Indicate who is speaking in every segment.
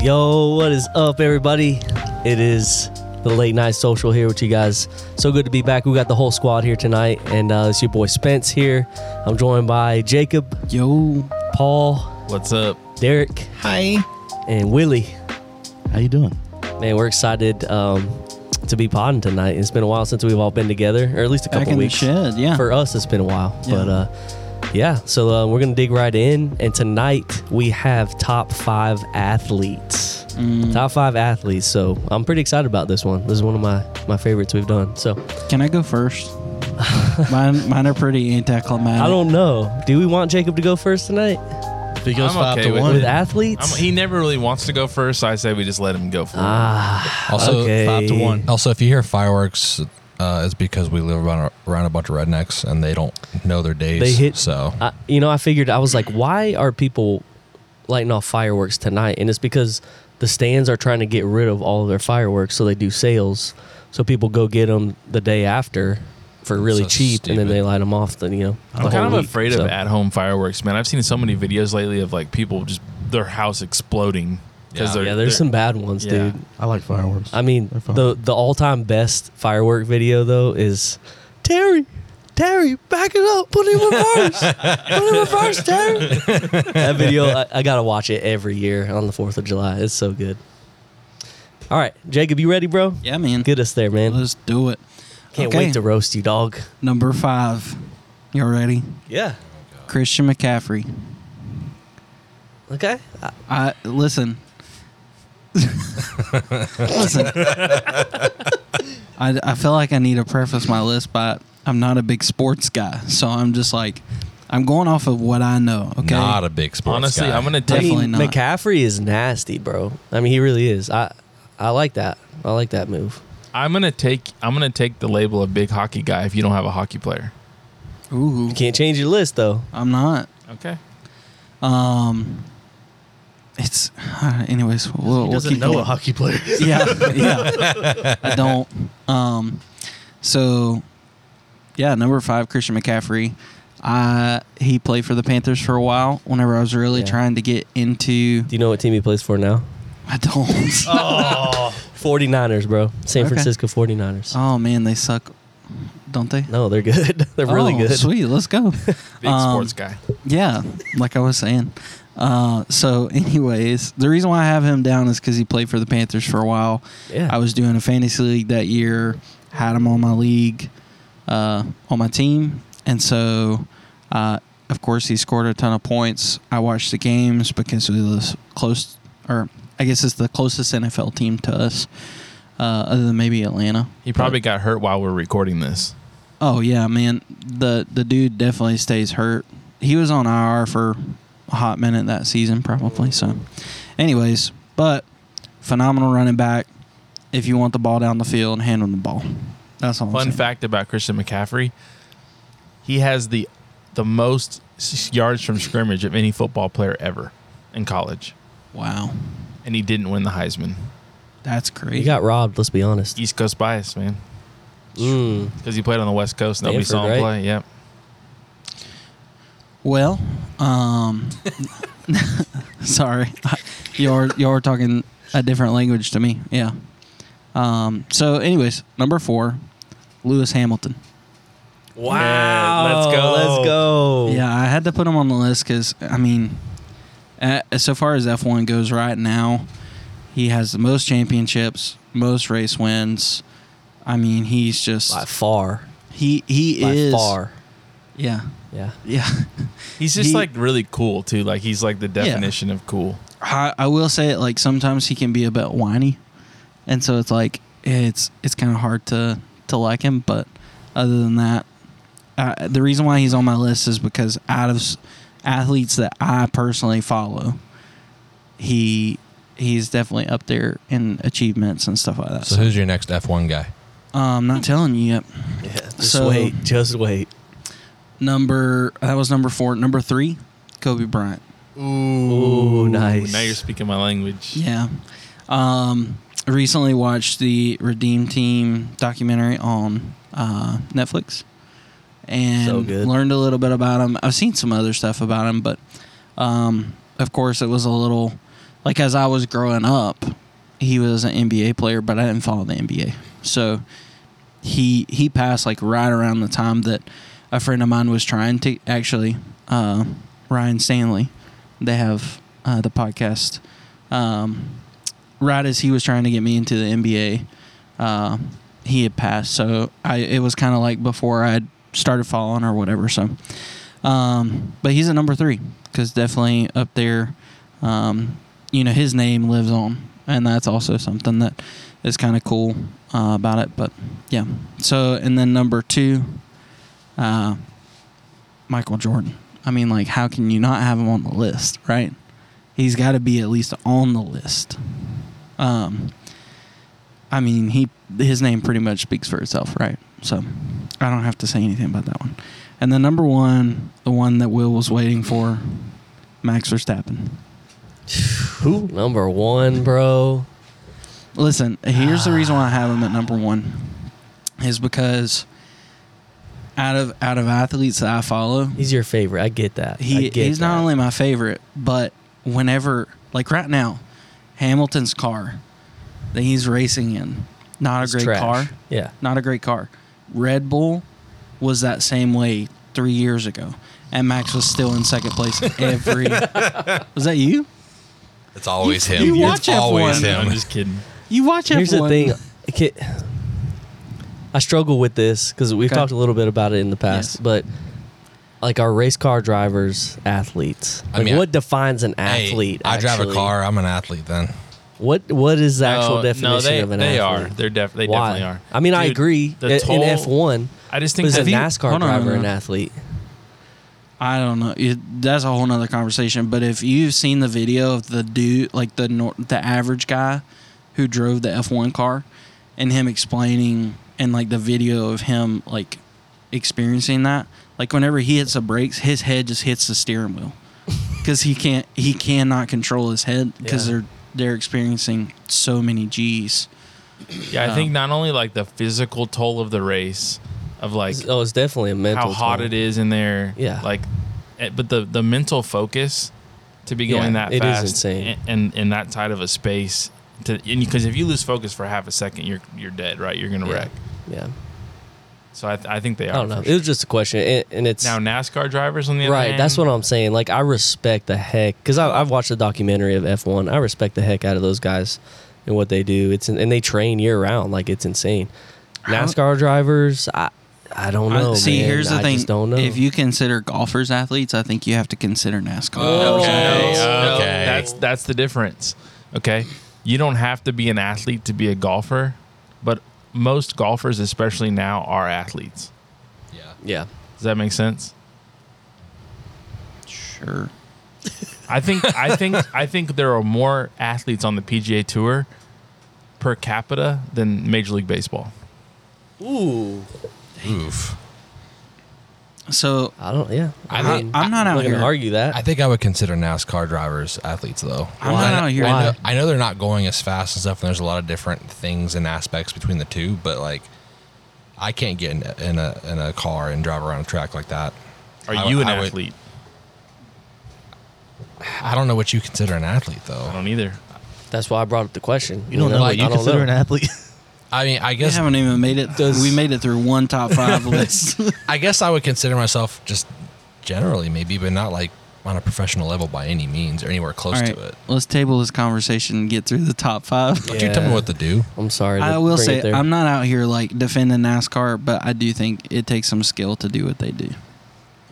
Speaker 1: Yo, what is up, everybody? It is the late night social here with you guys. So good to be back. We got the whole squad here tonight, and uh, it's your boy Spence here. I'm joined by Jacob,
Speaker 2: Yo.
Speaker 1: Paul,
Speaker 3: What's up?
Speaker 1: Derek,
Speaker 2: Hi.
Speaker 1: and Willie.
Speaker 2: How you doing?
Speaker 1: Man, we're excited um, to be podding tonight. It's been a while since we've all been together, or at least a
Speaker 2: Back
Speaker 1: couple
Speaker 2: in
Speaker 1: weeks.
Speaker 2: the shed, yeah.
Speaker 1: For us, it's been a while,
Speaker 2: Yeah.
Speaker 1: but uh, yeah. So uh, we're gonna dig right in, and tonight we have top five athletes,
Speaker 2: Mm.
Speaker 1: top five athletes. So I'm pretty excited about this one. This is one of my my favorites we've done. So
Speaker 2: Can I go first? mine, mine are pretty anticlimactic.
Speaker 1: I don't know. Do we want Jacob to go first tonight
Speaker 4: If he goes
Speaker 3: I'm
Speaker 4: five
Speaker 3: okay
Speaker 4: to
Speaker 2: Oh,
Speaker 3: with
Speaker 4: one,
Speaker 1: with
Speaker 3: I'm,
Speaker 1: athletes?
Speaker 3: he never really wants to go first, so I say we just let him go for
Speaker 1: ah,
Speaker 4: Also,
Speaker 1: five to one.
Speaker 4: also if you hear fireworks, uh, it's because we live around a, around a bunch of rednecks and they don't know their days.
Speaker 1: They hit-
Speaker 4: so
Speaker 1: I, you know, I figured I was like, why are people lighting off fireworks tonight? And it's because the stands are trying to get rid of all of their fireworks, so they do sales, so people go get them the day after for really
Speaker 4: So
Speaker 1: cheap, and then
Speaker 4: stupid.
Speaker 1: they light them off. Then you know, the
Speaker 3: I'm kind
Speaker 1: whole
Speaker 3: of
Speaker 1: week,
Speaker 3: afraid
Speaker 1: so.
Speaker 3: of at home fireworks, man. I've seen so many videos lately of like people just their house exploding because
Speaker 4: Yeah.
Speaker 3: they're,
Speaker 1: Yeah, there's
Speaker 3: they're-
Speaker 1: some bad ones,
Speaker 3: Yeah.
Speaker 1: dude.
Speaker 5: I like fireworks.
Speaker 1: I mean,
Speaker 5: They're fun.
Speaker 1: the the all time best firework video though is Terry. Terry, back it up. Put it in reverse. Put it in reverse, Terry. that video, I, I gotta watch it every year on the Fourth of July. It's so good. All right, Jacob, you ready, bro?
Speaker 2: Yeah, man.
Speaker 1: Get us there, man.
Speaker 2: Let's do it.
Speaker 1: Can't
Speaker 2: Okay.
Speaker 1: wait to roast you, dog.
Speaker 2: Number five. Y'all ready?
Speaker 1: Yeah.
Speaker 2: Christian McCaffrey.
Speaker 1: Okay. I,
Speaker 2: I listen. listen. I, I feel like I need to preface my list by I'm not a big sports guy, so I'm just like I'm going off of what I know. Okay.
Speaker 4: not a big sports
Speaker 3: honestly,
Speaker 4: guy.
Speaker 3: I'm gonna
Speaker 1: I
Speaker 3: take.
Speaker 2: Definitely
Speaker 1: mean,
Speaker 2: not.
Speaker 1: McCaffrey is nasty, bro. I mean, he really is. I I like that. I like that move.
Speaker 3: I'm gonna take. I'm gonna take the label of big hockey guy if you don't have a hockey player.
Speaker 2: Ooh.
Speaker 1: Can't change your list though.
Speaker 2: I'm not.
Speaker 3: Okay.
Speaker 2: Um, it's anyways. We'll,
Speaker 5: he
Speaker 2: we'll
Speaker 5: doesn't
Speaker 2: keep
Speaker 5: know
Speaker 2: going.
Speaker 5: what hockey player is.
Speaker 2: Yeah, yeah. I don't. Um, so yeah, number five, Christian McCaffrey. I he played for the Panthers for a while. Whenever I was really
Speaker 1: Yeah.
Speaker 2: trying to get into,
Speaker 1: Do you know what team he plays for now?
Speaker 2: I don't. Oh,
Speaker 1: 49ers, bro. San
Speaker 2: Okay. Oh.
Speaker 1: Francisco 49ers.
Speaker 2: man, they suck, don't they?
Speaker 1: No, they're good. they're really
Speaker 2: Oh,
Speaker 1: good.
Speaker 2: Sweet, let's go.
Speaker 3: Big
Speaker 2: Um,
Speaker 3: sports guy.
Speaker 2: Yeah, like I was saying. Uh, so, anyways, the reason why I have him down is because he played for the Panthers for a while.
Speaker 1: Yeah.
Speaker 2: I was doing a fantasy league that year, had him on my league, uh, on my team, and so, uh, of course, he scored a ton of points. I watched the games because we live close, or I guess it's the closest NFL team to us, uh, other than maybe Atlanta.
Speaker 3: He probably got hurt while we're recording this.
Speaker 2: Oh yeah, man. The the dude definitely stays hurt. He was on IR for a hot minute that season probably. So anyways, but phenomenal running back. If you want the ball down the field, hand him the ball. That's all. I'm
Speaker 3: Fun
Speaker 2: saying.
Speaker 3: fact about Christian McCaffrey: he has the the most s- yards from scrimmage of any football player ever in college,
Speaker 2: Wow.
Speaker 3: and he didn't win the Heisman.
Speaker 2: That's crazy.
Speaker 1: he got robbed, let's be honest.
Speaker 3: East Coast bias, man.
Speaker 1: Mm.
Speaker 3: Because he played on the West Coast. Nobody
Speaker 1: Stanford,
Speaker 3: saw him
Speaker 1: right?
Speaker 3: play. Yep.
Speaker 2: well, um sorry. You're you're talking a different language to me. Yeah. Um so anyways, number 4, Lewis Hamilton.
Speaker 3: Yeah, let's go.
Speaker 1: Let's go.
Speaker 2: Yeah, I had to put him on the list because I mean, uh so far as F one goes, right now, he has the most championships, most race wins. I mean, he's just
Speaker 1: By far.
Speaker 2: he he
Speaker 1: By
Speaker 2: is
Speaker 1: far.
Speaker 2: yeah
Speaker 1: Yeah.
Speaker 2: yeah.
Speaker 3: He's just
Speaker 2: He-
Speaker 3: like really cool too. Like he's like the definition of cool.
Speaker 2: I, I will say it like sometimes he can be a bit whiny, and so it's like it's it's kind of hard to to like him. But other than that, uh, the reason why he's on my list is because out of s- athletes that I personally follow, he he's definitely up there in achievements and stuff like that.
Speaker 4: so
Speaker 2: So,
Speaker 4: who's your next F1 guy?
Speaker 2: I'm not telling you yet.
Speaker 1: Yeah. Just
Speaker 2: So-
Speaker 1: wait. Just wait.
Speaker 2: Number that was number four. Number three, Kobe Bryant.
Speaker 1: Ooh, nice.
Speaker 3: Now you're speaking my language.
Speaker 2: Yeah. Um, I recently watched the Redeem Team documentary on uh, Netflix and
Speaker 1: So good.
Speaker 2: learned a little bit about him. I've seen some other stuff about him, but um, of course, it was a little like as I was growing up, he was an NBA player, but I didn't follow the NBA. So he he passed like right around the time that a friend of mine was trying to actually uh, Ryan Stanley. They have uh, the podcast. Um, right as he was trying to get me into the NBA, uh, he had passed. So I it was kind of like before I had started following or whatever. So, um, but he's at number three because definitely up there. Um, you know his name lives on, and that's also something that is kind of cool uh, about it. But yeah, so and then number two, uh, Michael Jordan. I mean, like, how can you not have him on the list, right? He's got to be at least on the list. Um, I mean, he his name pretty much speaks for itself, right? So I don't have to say anything about that one. And the number one, the one that Will was waiting for, Max Verstappen.
Speaker 1: Who? Number one, bro.
Speaker 2: Listen, here's the reason why I have him at number one, is because out of out of athletes that I follow,
Speaker 1: He's your favorite. I get that.
Speaker 2: he
Speaker 1: I get
Speaker 2: he's not
Speaker 1: that.
Speaker 2: only my favorite, but whenever like right now, Hamilton's car that he's racing in, not
Speaker 1: It's
Speaker 2: a great
Speaker 1: trash.
Speaker 2: car,
Speaker 1: Yeah.
Speaker 2: not a great car. Red Bull was that same way three years ago, and Max was still in second place every. was that you?
Speaker 4: It's always
Speaker 2: You-
Speaker 4: him.
Speaker 2: you watch
Speaker 4: it's always
Speaker 2: F1.
Speaker 3: I'm
Speaker 4: him.
Speaker 3: just kidding.
Speaker 2: You watch
Speaker 1: Here's the
Speaker 2: F1.
Speaker 1: thing. I can't- I struggle with this because we've
Speaker 2: Okay.
Speaker 1: talked a little bit about it in the past,
Speaker 2: Yes.
Speaker 1: but like our race car drivers, athletes.
Speaker 4: I
Speaker 1: Like
Speaker 4: mean,
Speaker 1: what defines an
Speaker 4: Hey,
Speaker 1: athlete?
Speaker 4: I drive a
Speaker 1: actually?
Speaker 4: car. I'm an athlete. Then
Speaker 1: What What is the actual
Speaker 3: No,
Speaker 1: definition
Speaker 3: no, they,
Speaker 1: of an
Speaker 3: they
Speaker 1: athlete?
Speaker 3: are. They're def- they
Speaker 1: Why?
Speaker 3: definitely are.
Speaker 1: I mean, I
Speaker 3: Dude,
Speaker 1: agree.
Speaker 3: the
Speaker 1: i-
Speaker 3: toll-
Speaker 1: in F one,
Speaker 3: I just think
Speaker 1: is a
Speaker 3: that
Speaker 2: you-
Speaker 1: NASCAR
Speaker 2: hold on,
Speaker 1: driver
Speaker 2: hold
Speaker 1: an
Speaker 2: on.
Speaker 1: athlete?
Speaker 2: I don't know. It, that's a whole nother conversation. But if you've seen the video of the dude, like the nor- the average guy who drove the F one car, and him explaining, and like the video of him like experiencing that, like whenever he hits the brakes, his head just hits the steering wheel because he can't he cannot control his head because
Speaker 1: Yeah.
Speaker 2: they're they're experiencing so many G's.
Speaker 3: yeah, I
Speaker 2: um,
Speaker 3: think not only like the physical toll of the race, of like
Speaker 1: Oh, it's definitely a mental.
Speaker 3: how hot
Speaker 1: toll.
Speaker 3: it is in there.
Speaker 1: Yeah.
Speaker 3: Like, eh, but the the mental focus to be going
Speaker 1: Yeah,
Speaker 3: that
Speaker 1: it is
Speaker 3: fast
Speaker 1: insane.
Speaker 3: and in that tight of a space to because if you lose focus for half a second, you're you're dead, right? You're gonna
Speaker 1: Yeah.
Speaker 3: wreck.
Speaker 1: Yeah,
Speaker 3: So I, th- I think they are.
Speaker 1: I don't know.
Speaker 3: for
Speaker 1: It was just a question, and, and it's
Speaker 3: Now NASCAR drivers on the other
Speaker 1: right.
Speaker 3: hand,
Speaker 1: That's what I'm saying. Like I respect the heck because I've watched a documentary of F1. I respect the heck out of those guys and what they do. It's and they train year round. Like it's insane.
Speaker 2: How-
Speaker 1: NASCAR drivers, I I don't
Speaker 2: I-
Speaker 1: know.
Speaker 2: see,
Speaker 1: man.
Speaker 2: here's the
Speaker 1: I
Speaker 2: thing:
Speaker 1: Just don't know.
Speaker 2: if you consider golfers athletes, I think you have to consider NASCAR.
Speaker 1: Oh.
Speaker 3: Okay.
Speaker 4: No.
Speaker 3: okay.
Speaker 4: Okay.
Speaker 3: That's that's the difference. Okay. You don't have to be an athlete to be a golfer, but most golfers, especially now, are athletes.
Speaker 4: yeah.
Speaker 1: yeah,
Speaker 3: Does that make sense?
Speaker 2: Sure.
Speaker 3: I think I think I think there are more athletes on the PGA Tour per capita than Major League Baseball.
Speaker 1: ooh,
Speaker 4: Oof.
Speaker 2: So
Speaker 1: I don't. Yeah,
Speaker 4: I-
Speaker 2: I'm not out
Speaker 1: going
Speaker 2: here.
Speaker 1: to argue that.
Speaker 4: I think I would consider NASCAR drivers athletes though.
Speaker 2: I'm not
Speaker 4: I-
Speaker 2: out here.
Speaker 4: I know,
Speaker 2: Why?
Speaker 4: I know they're not going as fast and stuff, and there's a lot of different things and aspects between the two. But like, I can't get in, in a in a car and drive around a track like that.
Speaker 3: Are
Speaker 4: I-
Speaker 3: you an
Speaker 4: I would-
Speaker 3: athlete?
Speaker 4: I don't know what you consider an athlete though.
Speaker 3: I
Speaker 4: I,
Speaker 3: don't either.
Speaker 1: That's why I brought up the question.
Speaker 5: You don't know what you
Speaker 1: I don't
Speaker 5: consider
Speaker 1: know.
Speaker 5: an athlete.
Speaker 4: mean, I
Speaker 2: We
Speaker 4: guess
Speaker 2: haven't even made it.
Speaker 1: Does-
Speaker 2: we made it through one top five list.
Speaker 4: I guess I would consider myself just generally maybe, but not like on a professional level by any means or anywhere
Speaker 2: All
Speaker 4: close
Speaker 2: right,
Speaker 4: to it.
Speaker 2: let's table this conversation and get through the top five.
Speaker 4: Don't you tell me
Speaker 1: Yeah.
Speaker 4: what to do.
Speaker 1: I'm sorry. to
Speaker 2: I will
Speaker 1: bring it
Speaker 2: say
Speaker 1: there.
Speaker 2: I'm not out here like defending NASCAR, but I do think it takes some skill to do what they do.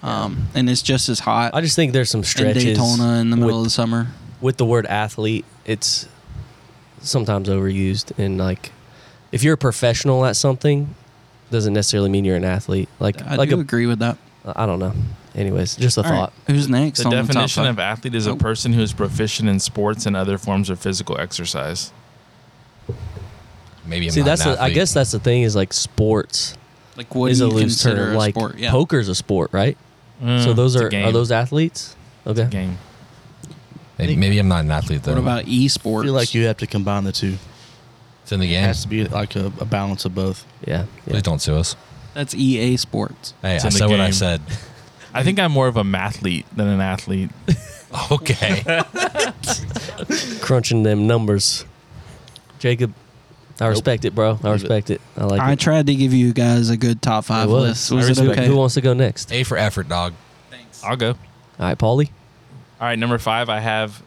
Speaker 2: Um, and it's just as hot
Speaker 1: I just think there's some
Speaker 2: in
Speaker 1: stretches
Speaker 2: Daytona in the
Speaker 1: with
Speaker 2: middle of the summer.
Speaker 1: with the word athlete, it's sometimes overused and like if you're a professional at something, doesn't necessarily mean you're an athlete. Like
Speaker 2: I
Speaker 1: like
Speaker 2: do
Speaker 1: a,
Speaker 2: agree with that.
Speaker 1: I don't know. Anyways, just a
Speaker 2: All right,
Speaker 1: thought.
Speaker 2: Who's next?
Speaker 3: The
Speaker 2: on the top
Speaker 3: definition
Speaker 2: five?
Speaker 3: of athlete is a
Speaker 2: Oh.
Speaker 3: person who is proficient in sports and other forms of physical exercise.
Speaker 4: Maybe I'm
Speaker 1: See,
Speaker 4: not
Speaker 1: that's
Speaker 4: an
Speaker 1: the, I
Speaker 4: athlete.
Speaker 1: guess that's the thing is like sports
Speaker 2: like what
Speaker 1: is
Speaker 2: do
Speaker 1: a
Speaker 2: you
Speaker 1: loose
Speaker 2: consider
Speaker 1: term.
Speaker 2: a
Speaker 1: like
Speaker 2: sport? Yeah.
Speaker 1: poker's a sport, right? so
Speaker 3: Mm,
Speaker 1: those
Speaker 3: it's a
Speaker 1: are
Speaker 3: game.
Speaker 1: are those athletes? Okay.
Speaker 3: game.
Speaker 4: maybe, maybe I'm not an athlete though.
Speaker 2: What about
Speaker 5: I
Speaker 2: esports?
Speaker 5: feel like you have to combine the two.
Speaker 4: it's in the
Speaker 5: It
Speaker 4: game?
Speaker 5: has to be like a, a balance of both.
Speaker 1: Yeah. yeah.
Speaker 4: Please don't sue us.
Speaker 2: That's EA Sports.
Speaker 4: Hey,
Speaker 3: It's
Speaker 4: I
Speaker 3: in the
Speaker 4: said what I
Speaker 3: game.
Speaker 4: said.
Speaker 3: I think I'm more of a mathlete than an athlete.
Speaker 4: Okay.
Speaker 1: crunching them numbers. Jacob, I respect it, bro. I
Speaker 5: Leave it.
Speaker 1: respect it. I like
Speaker 2: I
Speaker 1: it.
Speaker 2: tried to give you guys a good top five
Speaker 1: It was.
Speaker 2: list.
Speaker 1: I
Speaker 2: Was it
Speaker 1: respect-
Speaker 2: okay?
Speaker 1: Who wants to go next? All
Speaker 4: A for effort, dog.
Speaker 3: I'll go.
Speaker 1: right, Paulie.
Speaker 3: All right, number five, I have.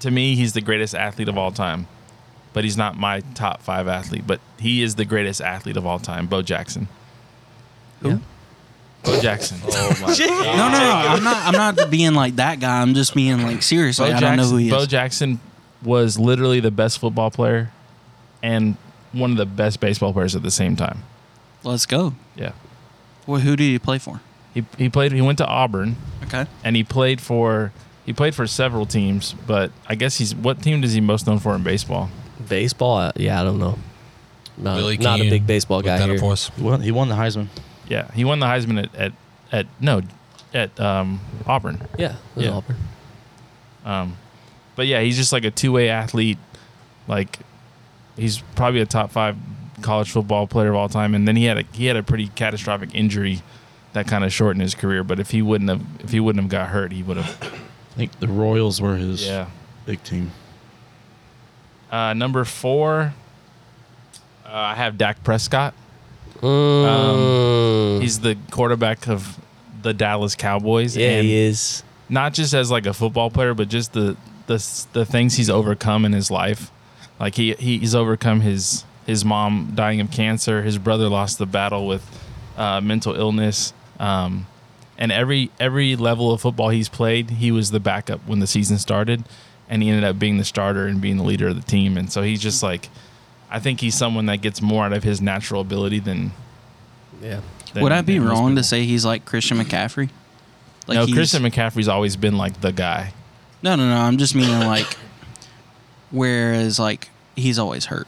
Speaker 3: To me, he's the greatest athlete of all time, but he's not my top five athlete. But he is the greatest athlete of all time, Bo Jackson.
Speaker 1: Who? Yeah.
Speaker 3: Bo Jackson.
Speaker 2: Oh No, no, no. I'm not. I'm not being like that guy. I'm just being like
Speaker 3: Bo
Speaker 2: seriously. I
Speaker 3: Jackson,
Speaker 2: don't know who he
Speaker 3: Bo
Speaker 2: is.
Speaker 3: Jackson was literally the best football player and one of the best baseball players at the same time.
Speaker 2: Let's go.
Speaker 3: Yeah.
Speaker 2: Well, who did he play for?
Speaker 3: He, he played he went to Auburn
Speaker 2: Okay.
Speaker 3: and he played for he played for several teams, but I guess he's what team does he most known for in baseball?
Speaker 1: Baseball? I- Yeah, I don't know. Not,
Speaker 4: Billy
Speaker 1: Uh, not a
Speaker 4: Keane
Speaker 1: big baseball
Speaker 4: with
Speaker 1: guy
Speaker 4: that
Speaker 1: here.
Speaker 4: voice.
Speaker 5: He won, he won the Heisman.
Speaker 3: Yeah. He won the Heisman at at, at no at um, Auburn.
Speaker 1: Yeah, it was
Speaker 3: Yeah.
Speaker 1: Auburn.
Speaker 3: Um, but yeah, he's just like a two way athlete. Like he's probably a top five college football player of all time. And then he had a he had a pretty catastrophic injury that kind of shortened his career. But if he wouldn't have if he wouldn't have got hurt, he would have.
Speaker 5: I think the Royals were his
Speaker 3: Yeah.
Speaker 5: big team.
Speaker 3: Uh, number four, uh, I have Dak Prescott. Um,
Speaker 1: Mm.
Speaker 3: He's the quarterback of the Dallas Cowboys.
Speaker 1: yeah,
Speaker 3: and
Speaker 1: he is.
Speaker 3: not just as like a football player, but just the the the things he's overcome in his life. Like he he's overcome his his mom dying of cancer. His brother lost the battle with uh, mental illness. Um, and every every level of football he's played, he was the backup when the season started, and he ended up being the starter and being the leader of the team. And so he's just like, I think he's someone that gets more out of his natural ability than.
Speaker 1: Yeah.
Speaker 3: than
Speaker 2: Would I be
Speaker 3: than most
Speaker 2: wrong to
Speaker 3: people.
Speaker 2: say he's like Christian McCaffrey? Like
Speaker 3: no,
Speaker 2: he's-
Speaker 3: Christian McCaffrey's always been like the guy.
Speaker 2: No, no, no. I'm just meaning like, whereas like he's always hurt.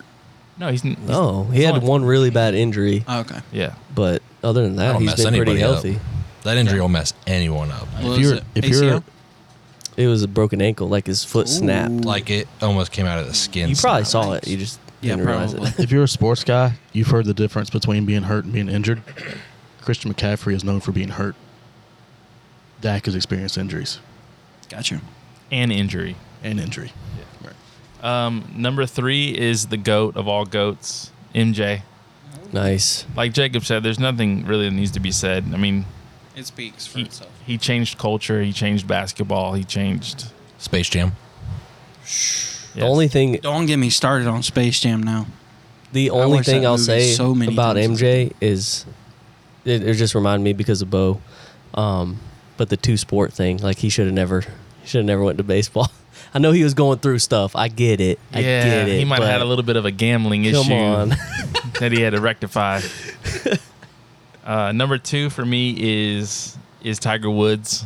Speaker 3: No, he's, n- he's
Speaker 1: No, Oh, he had
Speaker 3: only-
Speaker 1: one really bad injury,
Speaker 3: Oh,
Speaker 2: Okay.
Speaker 3: Yeah.
Speaker 1: but other than that,
Speaker 4: That'll
Speaker 1: he's
Speaker 4: mess
Speaker 1: been pretty
Speaker 4: anybody up.
Speaker 1: healthy.
Speaker 4: That injury will mess anyone up.
Speaker 2: What
Speaker 5: you're-
Speaker 2: is it?
Speaker 5: if you're-
Speaker 2: ACL?
Speaker 1: It was a broken ankle, like his foot snapped.
Speaker 4: Like it almost came out of the skin.
Speaker 1: You probably
Speaker 4: snap.
Speaker 1: saw it. You just
Speaker 2: Yeah,
Speaker 1: didn't realize
Speaker 2: probably.
Speaker 1: it.
Speaker 5: If you're a sports guy, you've heard the difference between being hurt and being injured. Christian McCaffrey is known for being hurt. Dak has experienced injuries
Speaker 2: Got you.
Speaker 3: and injury.
Speaker 5: and injury. Right.
Speaker 3: Um, number three is the goat of all goats, MJ.
Speaker 1: Nice.
Speaker 3: Like Jacob said, there's nothing really that needs to be said. I mean,
Speaker 2: It speaks for
Speaker 3: he, he changed culture, he changed basketball, he changed.
Speaker 4: Space Jam.
Speaker 1: The only thing
Speaker 2: Don't get me started on Space Jam now.
Speaker 1: The only
Speaker 2: watched that
Speaker 1: thing I'll
Speaker 2: movie
Speaker 1: say
Speaker 2: so many
Speaker 1: about
Speaker 2: times.
Speaker 1: MJ is it, it just reminded me because of Bo, um, but the two sport thing. Like he should have never, he should have never went to baseball. I know he was going through stuff. I get it. I get it.
Speaker 3: he might
Speaker 1: but
Speaker 3: have had a little bit of a gambling
Speaker 1: Come
Speaker 3: issue
Speaker 1: on.
Speaker 3: that he had to rectify. uh, number two for me is is Tiger Woods.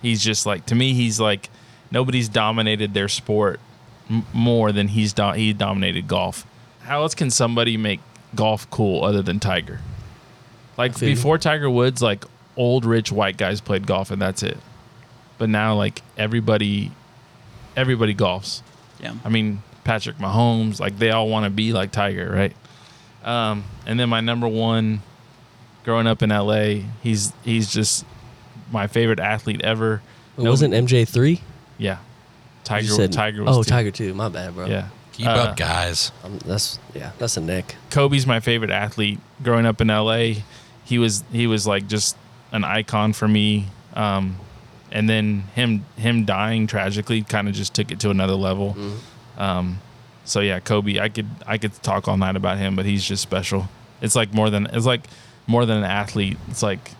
Speaker 3: He's just like to me, he's like nobody's dominated their sport m- more than he's do- he dominated golf. How else can somebody make golf cool other than Tiger? Like
Speaker 1: feel you.
Speaker 3: before Tiger Woods, like old rich white guys played golf and that's it. But now like everybody everybody golfs.
Speaker 2: Yeah.
Speaker 3: I mean, Patrick Mahomes, like they all want to be like Tiger, right? Um, and then my number one, growing up in LA, he's he's just my favorite athlete ever.
Speaker 1: It wasn't MJ three.
Speaker 3: Yeah,
Speaker 1: You
Speaker 3: Tiger.
Speaker 1: said-
Speaker 3: Tiger was
Speaker 1: oh,
Speaker 3: two.
Speaker 1: Tiger two. My bad, bro.
Speaker 3: Yeah,
Speaker 4: Keep
Speaker 3: Uh,
Speaker 4: up, guys.
Speaker 1: Um, that's yeah. That's a Nick.
Speaker 3: Kobe's my favorite athlete. Growing up in LA, he was he was like just an icon for me. Um, and then him him dying tragically kind of just took it to another level. Um, so yeah, Kobe, I could I could talk all night about him, but he's just special. It's like more than it's like more than an athlete. It's like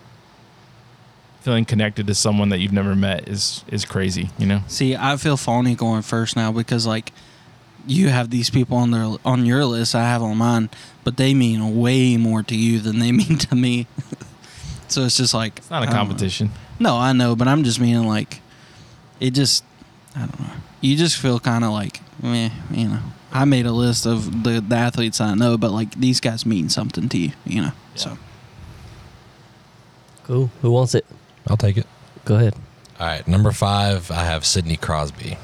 Speaker 3: feeling connected to someone that you've never met is is crazy, you know?
Speaker 2: See, I feel phony going first now because like you have these people on their on your list, I have on mine, but they mean way more to you than they mean to me. so it's just like
Speaker 3: It's not a
Speaker 2: I don't know.
Speaker 3: competition.
Speaker 2: No, I know, but I'm just meaning like it just I don't know. You just feel kind of like meh, you know. I made a list of the, the athletes I know, but like these guys mean something to you, you know. So
Speaker 1: Cool. Who wants it?
Speaker 4: I'll take it.
Speaker 1: Go ahead.
Speaker 4: All right, number five, I have Sidney Crosby,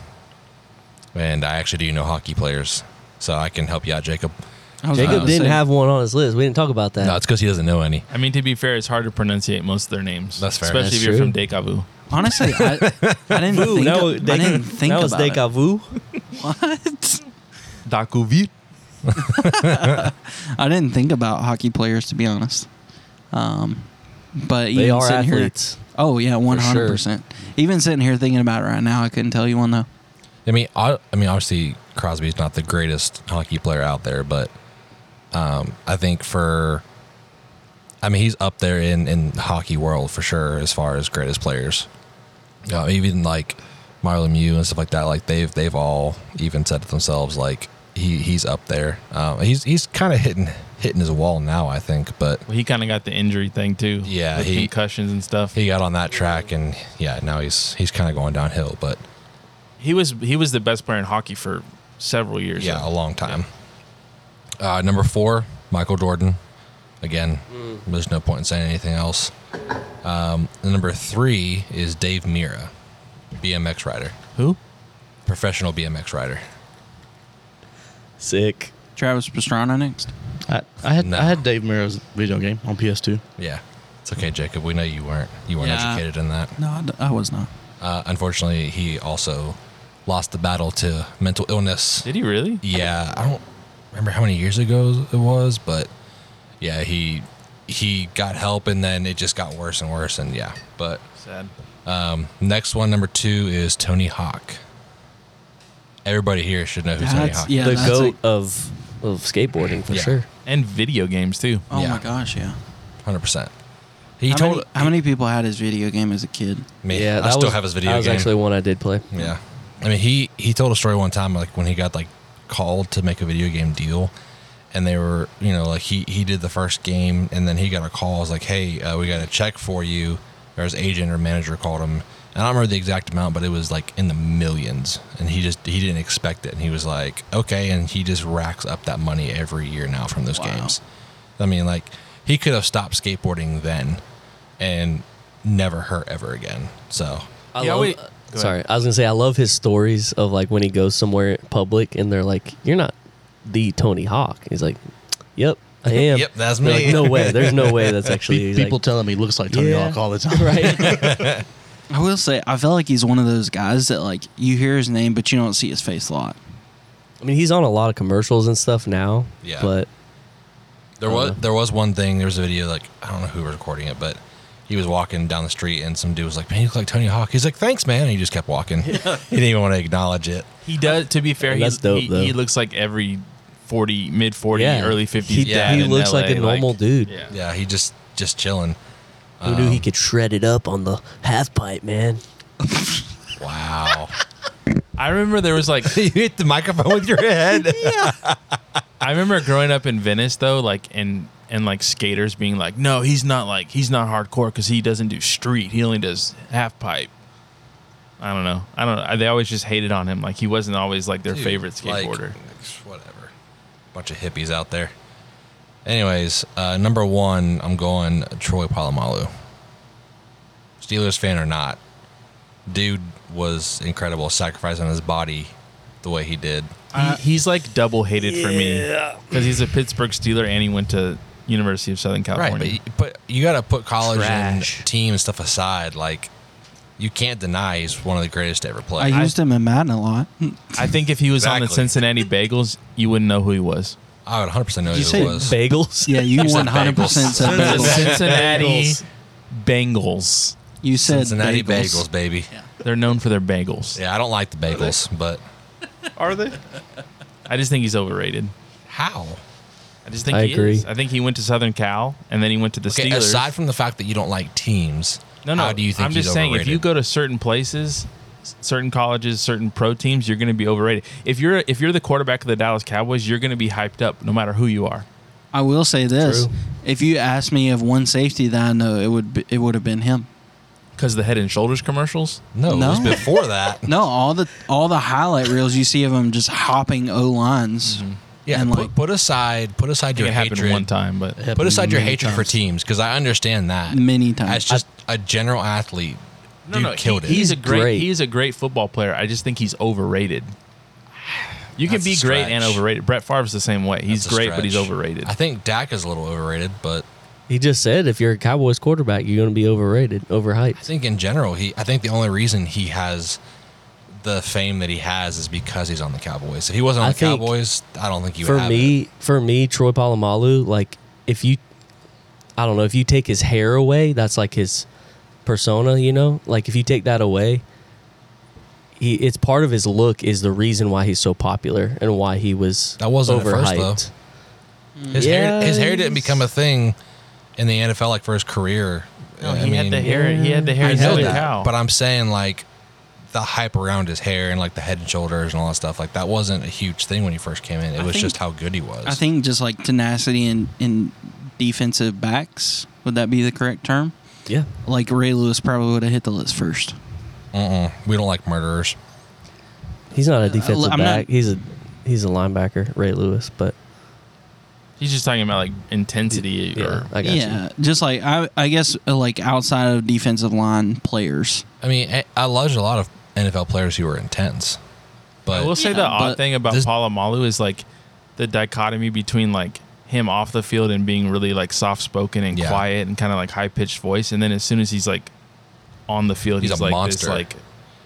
Speaker 4: and I actually do know hockey players, so I can help you out, Jacob.
Speaker 2: I was
Speaker 1: Jacob
Speaker 2: about to
Speaker 1: didn't
Speaker 2: say-
Speaker 1: have one on his list. We didn't talk about that.
Speaker 4: No, it's because he doesn't know any.
Speaker 3: I mean, to be fair, it's hard to pronunciate most of their names.
Speaker 4: That's fair.
Speaker 3: Especially
Speaker 1: That's
Speaker 3: if you're
Speaker 1: true.
Speaker 3: from Decavu.
Speaker 2: Honestly, I, I didn't think.
Speaker 1: no,
Speaker 2: I didn't think
Speaker 1: that was
Speaker 2: about it.
Speaker 1: deja vu.
Speaker 2: What?
Speaker 3: Dakovic.
Speaker 2: I didn't think about hockey players to be honest. Um, but
Speaker 1: They
Speaker 2: even
Speaker 1: are
Speaker 2: sitting here-
Speaker 1: athletes.
Speaker 2: oh yeah, one hundred percent. Even sitting here thinking about it right now, I couldn't tell you one though.
Speaker 4: I mean, I, I mean, obviously Crosby's not the greatest hockey player out there, but um, I think for, I mean, he's up there in in the hockey world for sure as far as greatest players. Uh, even like Marlon Mew and stuff like that. Like they've they've all even said to themselves like he he's up there. Um, he's he's kind of hitting hitting his wall now, I think, but.
Speaker 3: Well, he kind of got the injury thing too.
Speaker 4: Yeah,
Speaker 3: with
Speaker 4: he-
Speaker 3: concussions and stuff.
Speaker 4: He got on that track, and yeah, now he's he's kind of going downhill. But
Speaker 3: He was he was the best player in hockey for several years.
Speaker 4: yeah, a long time. Uh, number four, Michael Jordan. Again, there's no point in saying anything else. Um, and number three is Dave Mira, BMX rider,
Speaker 3: Who?
Speaker 4: professional BMX rider.
Speaker 1: Sick.
Speaker 2: Travis Pastrana next.
Speaker 5: I, I had
Speaker 4: No.
Speaker 5: I had Dave Mira's video game on PS2.
Speaker 4: Yeah, it's okay, Jacob. We know you weren't you weren't
Speaker 2: Yeah.
Speaker 4: educated in that.
Speaker 2: No, I, d- I was not.
Speaker 4: Uh, unfortunately, he also lost the battle to mental illness.
Speaker 3: Did he really?
Speaker 4: yeah, I don't remember how many years ago it was, but yeah, he he got help, and then it just got worse and worse, and yeah, but.
Speaker 3: Sad.
Speaker 4: Um, next one, number two, is Tony Hawk. Everybody here should know who Tony
Speaker 2: That's
Speaker 4: Hawk
Speaker 2: yeah.
Speaker 4: is.
Speaker 1: the
Speaker 2: that's
Speaker 1: goat
Speaker 2: like-
Speaker 1: of of skateboarding for
Speaker 4: Yeah.
Speaker 1: sure.
Speaker 3: And video games too.
Speaker 2: oh
Speaker 4: yeah.
Speaker 2: my gosh, yeah.
Speaker 4: 100%. He
Speaker 2: how
Speaker 4: told
Speaker 2: many, how many people had his video game as a kid?
Speaker 4: me,
Speaker 1: Yeah,
Speaker 4: I
Speaker 1: that
Speaker 4: still
Speaker 1: was,
Speaker 4: have his video
Speaker 1: That was
Speaker 4: game.
Speaker 1: actually one I did play.
Speaker 4: yeah. I mean, he, he told a story one time, like when he got like called to make a video game deal and they were, you know, like he, he did the first game and then he got a call. It's like, Hey, uh, we got a check for you. Or his agent or manager called him. And I don't remember the exact amount, but it was like in the millions. And he just, he didn't expect it. And he was like, okay. And he just racks up that money every year now from those
Speaker 2: Wow.
Speaker 4: games. I mean, like he could have stopped skateboarding then and never hurt ever again. So
Speaker 1: I
Speaker 3: Yeah,
Speaker 1: love,
Speaker 3: wait.
Speaker 1: uh,
Speaker 3: Go
Speaker 1: sorry, I was gonna say I love his stories of like when he goes somewhere public and they're like, "You're not the Tony Hawk." He's like, "Yep, I am."
Speaker 4: Yep, that's
Speaker 1: They're
Speaker 4: me.
Speaker 1: Like, no way. There's no way that's actually
Speaker 5: Pe-
Speaker 1: he's
Speaker 5: people
Speaker 1: like,
Speaker 5: telling me he looks like Tony
Speaker 1: Yeah.
Speaker 5: Hawk all the time.
Speaker 1: right.
Speaker 2: I will say, I feel like he's one of those guys that like you hear his name, but you don't see his face a lot.
Speaker 1: I mean, he's on a lot of commercials and stuff now.
Speaker 4: Yeah.
Speaker 1: But
Speaker 4: There was there was one thing. There was a video like I don't know who was recording it, but he was walking down the street and some dude was like, "Man, you look like Tony Hawk." He's like, "Thanks, man." And he just kept walking. He didn't even want to acknowledge it.
Speaker 3: He does. To be fair,
Speaker 1: Oh, That's
Speaker 3: he,
Speaker 1: dope,
Speaker 3: he,
Speaker 1: though.
Speaker 3: he looks like every forty, mid forty,
Speaker 1: yeah,
Speaker 3: early fifties.
Speaker 1: He,
Speaker 4: dad
Speaker 1: he
Speaker 4: in
Speaker 1: looks like a normal dude.
Speaker 3: Yeah.
Speaker 4: Yeah, he just just chilling.
Speaker 1: Who knew
Speaker 4: Um,
Speaker 1: he could shred it up on the half pipe, man?
Speaker 4: Wow,
Speaker 3: I remember there was like
Speaker 4: you hit the microphone with your head.
Speaker 3: I remember growing up in Venice though, like and and like skaters being like, no, he's not like he's not hardcore because he doesn't do street. He only does half pipe. I don't know. I don't. know. They always just hated on him. Like he wasn't always like their
Speaker 4: Dude,
Speaker 3: favorite
Speaker 4: like,
Speaker 3: skateboarder.
Speaker 4: whatever, bunch of hippies out there. Anyways, uh, number one, I'm going Troy Polamalu. Steelers fan or not, dude was incredible, sacrificing his body the way he did.
Speaker 3: he, he's like double hated for me because he's a Pittsburgh Steeler and he went to University of Southern California.
Speaker 4: Right, but, but you got to put college
Speaker 1: Trash.
Speaker 4: and team and stuff aside. Like, you can't deny he's one of the greatest to ever play.
Speaker 2: I used him in Madden a lot. Did
Speaker 3: I think if he was on the
Speaker 4: Exactly.
Speaker 3: Cincinnati Bagels, you wouldn't know who he was.
Speaker 4: I would 100% know
Speaker 1: you
Speaker 4: who
Speaker 1: say
Speaker 4: it was.
Speaker 1: bagels?
Speaker 2: Yeah, you one hundred percent said
Speaker 3: The
Speaker 2: bagels.
Speaker 3: Cincinnati Bengals.
Speaker 2: You said
Speaker 4: Cincinnati bagels.
Speaker 2: bagels.
Speaker 4: baby. Yeah.
Speaker 3: They're known for their bagels.
Speaker 4: I don't like the bagels, but
Speaker 3: Are they? I just think he's overrated.
Speaker 4: how?
Speaker 3: I just think
Speaker 1: I
Speaker 3: he
Speaker 1: agree.
Speaker 3: is. I think he went to Southern Cal and then he went to the
Speaker 4: Okay,
Speaker 3: Steelers.
Speaker 4: aside from the fact that you don't like teams,
Speaker 3: no, no.
Speaker 4: how do you think
Speaker 3: I'm
Speaker 4: he's
Speaker 3: just saying
Speaker 4: overrated?
Speaker 3: if you go to certain places, s- certain colleges, certain pro teams, you're going to be overrated. If you're if you're the quarterback of the Dallas Cowboys, you're going to be hyped up no matter who you are.
Speaker 2: I will say this:
Speaker 1: True.
Speaker 2: if you asked me of one safety that I know, it would be, it would have been him.
Speaker 3: Because the Head and Shoulders commercials.
Speaker 4: no, it
Speaker 2: No.
Speaker 4: was before that.
Speaker 2: No, all the all the highlight reels you see of him just hopping O lines.
Speaker 1: Mm-hmm.
Speaker 4: Yeah,
Speaker 2: and
Speaker 4: put,
Speaker 2: like
Speaker 4: put aside put
Speaker 3: I
Speaker 4: aside
Speaker 3: think
Speaker 4: your
Speaker 3: it happened
Speaker 4: hatred.
Speaker 3: one time, but
Speaker 5: Happened
Speaker 4: Put aside your
Speaker 5: many
Speaker 4: hatred for
Speaker 5: times.
Speaker 4: teams because I understand that.
Speaker 2: many times.
Speaker 4: As just a general athlete, dude killed
Speaker 3: he-
Speaker 4: it.
Speaker 3: He's a great,
Speaker 1: great.
Speaker 3: He is a great football player. I just think he's overrated. You can
Speaker 4: That's
Speaker 3: be
Speaker 4: a
Speaker 3: great and
Speaker 4: stretch.
Speaker 3: overrated. Brett Favre's the same way. He's
Speaker 4: That's a
Speaker 3: great, but he's
Speaker 4: stretch.
Speaker 3: overrated.
Speaker 4: I think Dak is a little overrated, but
Speaker 1: He just said if you're a Cowboys quarterback, you're going to be overrated,
Speaker 4: I
Speaker 1: overhyped.
Speaker 4: think in general, he. I think the only reason he has the fame that he has is because he's on the Cowboys. If he wasn't on
Speaker 1: I
Speaker 4: the
Speaker 1: think-
Speaker 4: Cowboys, I don't think you.
Speaker 1: For
Speaker 4: would have it.
Speaker 1: me, for me, Troy Polamalu, like if you, I don't know, if you take his hair away, that's like his persona, you know. Like if you take that away, he it's part of his look is the reason why he's so popular and why he was
Speaker 4: That wasn't at first,
Speaker 1: overhyped.
Speaker 4: though. his hair, his hair didn't
Speaker 1: Yes.
Speaker 4: become a thing in the NFL like for his career.
Speaker 3: No,
Speaker 4: I
Speaker 3: he had
Speaker 4: mean,
Speaker 3: the hair. He had the hair.
Speaker 4: I
Speaker 3: as
Speaker 4: know
Speaker 3: a
Speaker 4: that,
Speaker 3: cow.
Speaker 4: but I'm saying like the hype around his hair and like the head and shoulders and all that stuff like that wasn't a huge thing when he first came in. It
Speaker 2: I
Speaker 4: was
Speaker 2: think-
Speaker 4: just how good he was.
Speaker 2: I think just like tenacity and in defensive backs, would that be the correct term?
Speaker 1: Yeah,
Speaker 2: Like Ray Lewis probably would have hit the list first.
Speaker 4: Mm-mm. we don't like murderers.
Speaker 1: he's not a defensive
Speaker 2: I'm not-
Speaker 1: back. he's a he's a linebacker, Ray Lewis. But
Speaker 3: He's just talking about like intensity
Speaker 1: yeah,
Speaker 3: or
Speaker 1: I got you.
Speaker 2: yeah, just like I, I guess uh, like outside of defensive line players.
Speaker 4: I mean, eh, I, I loved a lot of NFL players who were intense,
Speaker 3: I will
Speaker 4: but
Speaker 3: say
Speaker 2: Yeah,
Speaker 3: the odd
Speaker 2: but
Speaker 3: thing about
Speaker 4: this-
Speaker 3: Palomalu is like the dichotomy between like him off the field and being really like soft spoken and
Speaker 4: Yeah.
Speaker 3: quiet and kind of like high pitched voice, and then as soon as he's like on the field,
Speaker 4: He's
Speaker 3: he's,
Speaker 4: a
Speaker 3: like
Speaker 4: monster.
Speaker 3: this like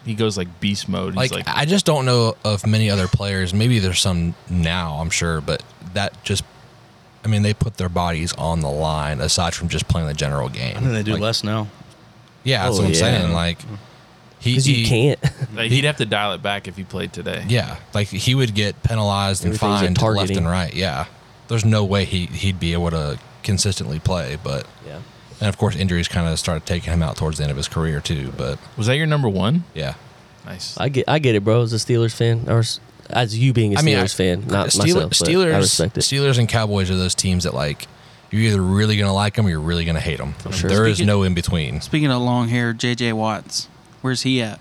Speaker 3: he goes like beast mode.
Speaker 4: like,
Speaker 3: He's like,
Speaker 4: I just don't know of many other players. Maybe there's some now, I'm sure, but that just. I mean, they put their bodies on the line aside from just playing the general game.
Speaker 5: I think they do
Speaker 4: Like,
Speaker 5: less now.
Speaker 4: Yeah, that's
Speaker 1: Oh,
Speaker 4: what I'm
Speaker 1: yeah.
Speaker 4: saying. Like, he,
Speaker 1: because
Speaker 4: he-
Speaker 1: you can't.
Speaker 3: like, he'd have to dial it back if he played today.
Speaker 4: Yeah, like he would get penalized and
Speaker 1: Everything's a
Speaker 4: fined left
Speaker 1: targeting.
Speaker 4: and right. Yeah, there's no way he he'd be able to consistently play. But
Speaker 1: yeah,
Speaker 4: and of course, injuries kind of started taking him out towards the end of his career too. But
Speaker 3: Was that your number one?
Speaker 4: yeah,
Speaker 3: Nice.
Speaker 1: I get I get it, bro. As a Steelers fan, or as, as you being a Steelers
Speaker 4: I-
Speaker 1: fan, not
Speaker 4: Steeler-
Speaker 1: myself. but
Speaker 4: Steelers,
Speaker 1: I respect it.
Speaker 4: Steelers and Cowboys are those teams that like you're either really gonna like them or you're really gonna hate them.
Speaker 1: sure.
Speaker 4: There is
Speaker 2: Speaking-
Speaker 4: no in between.
Speaker 2: Speaking of long hair, JJ Watts, where's he at?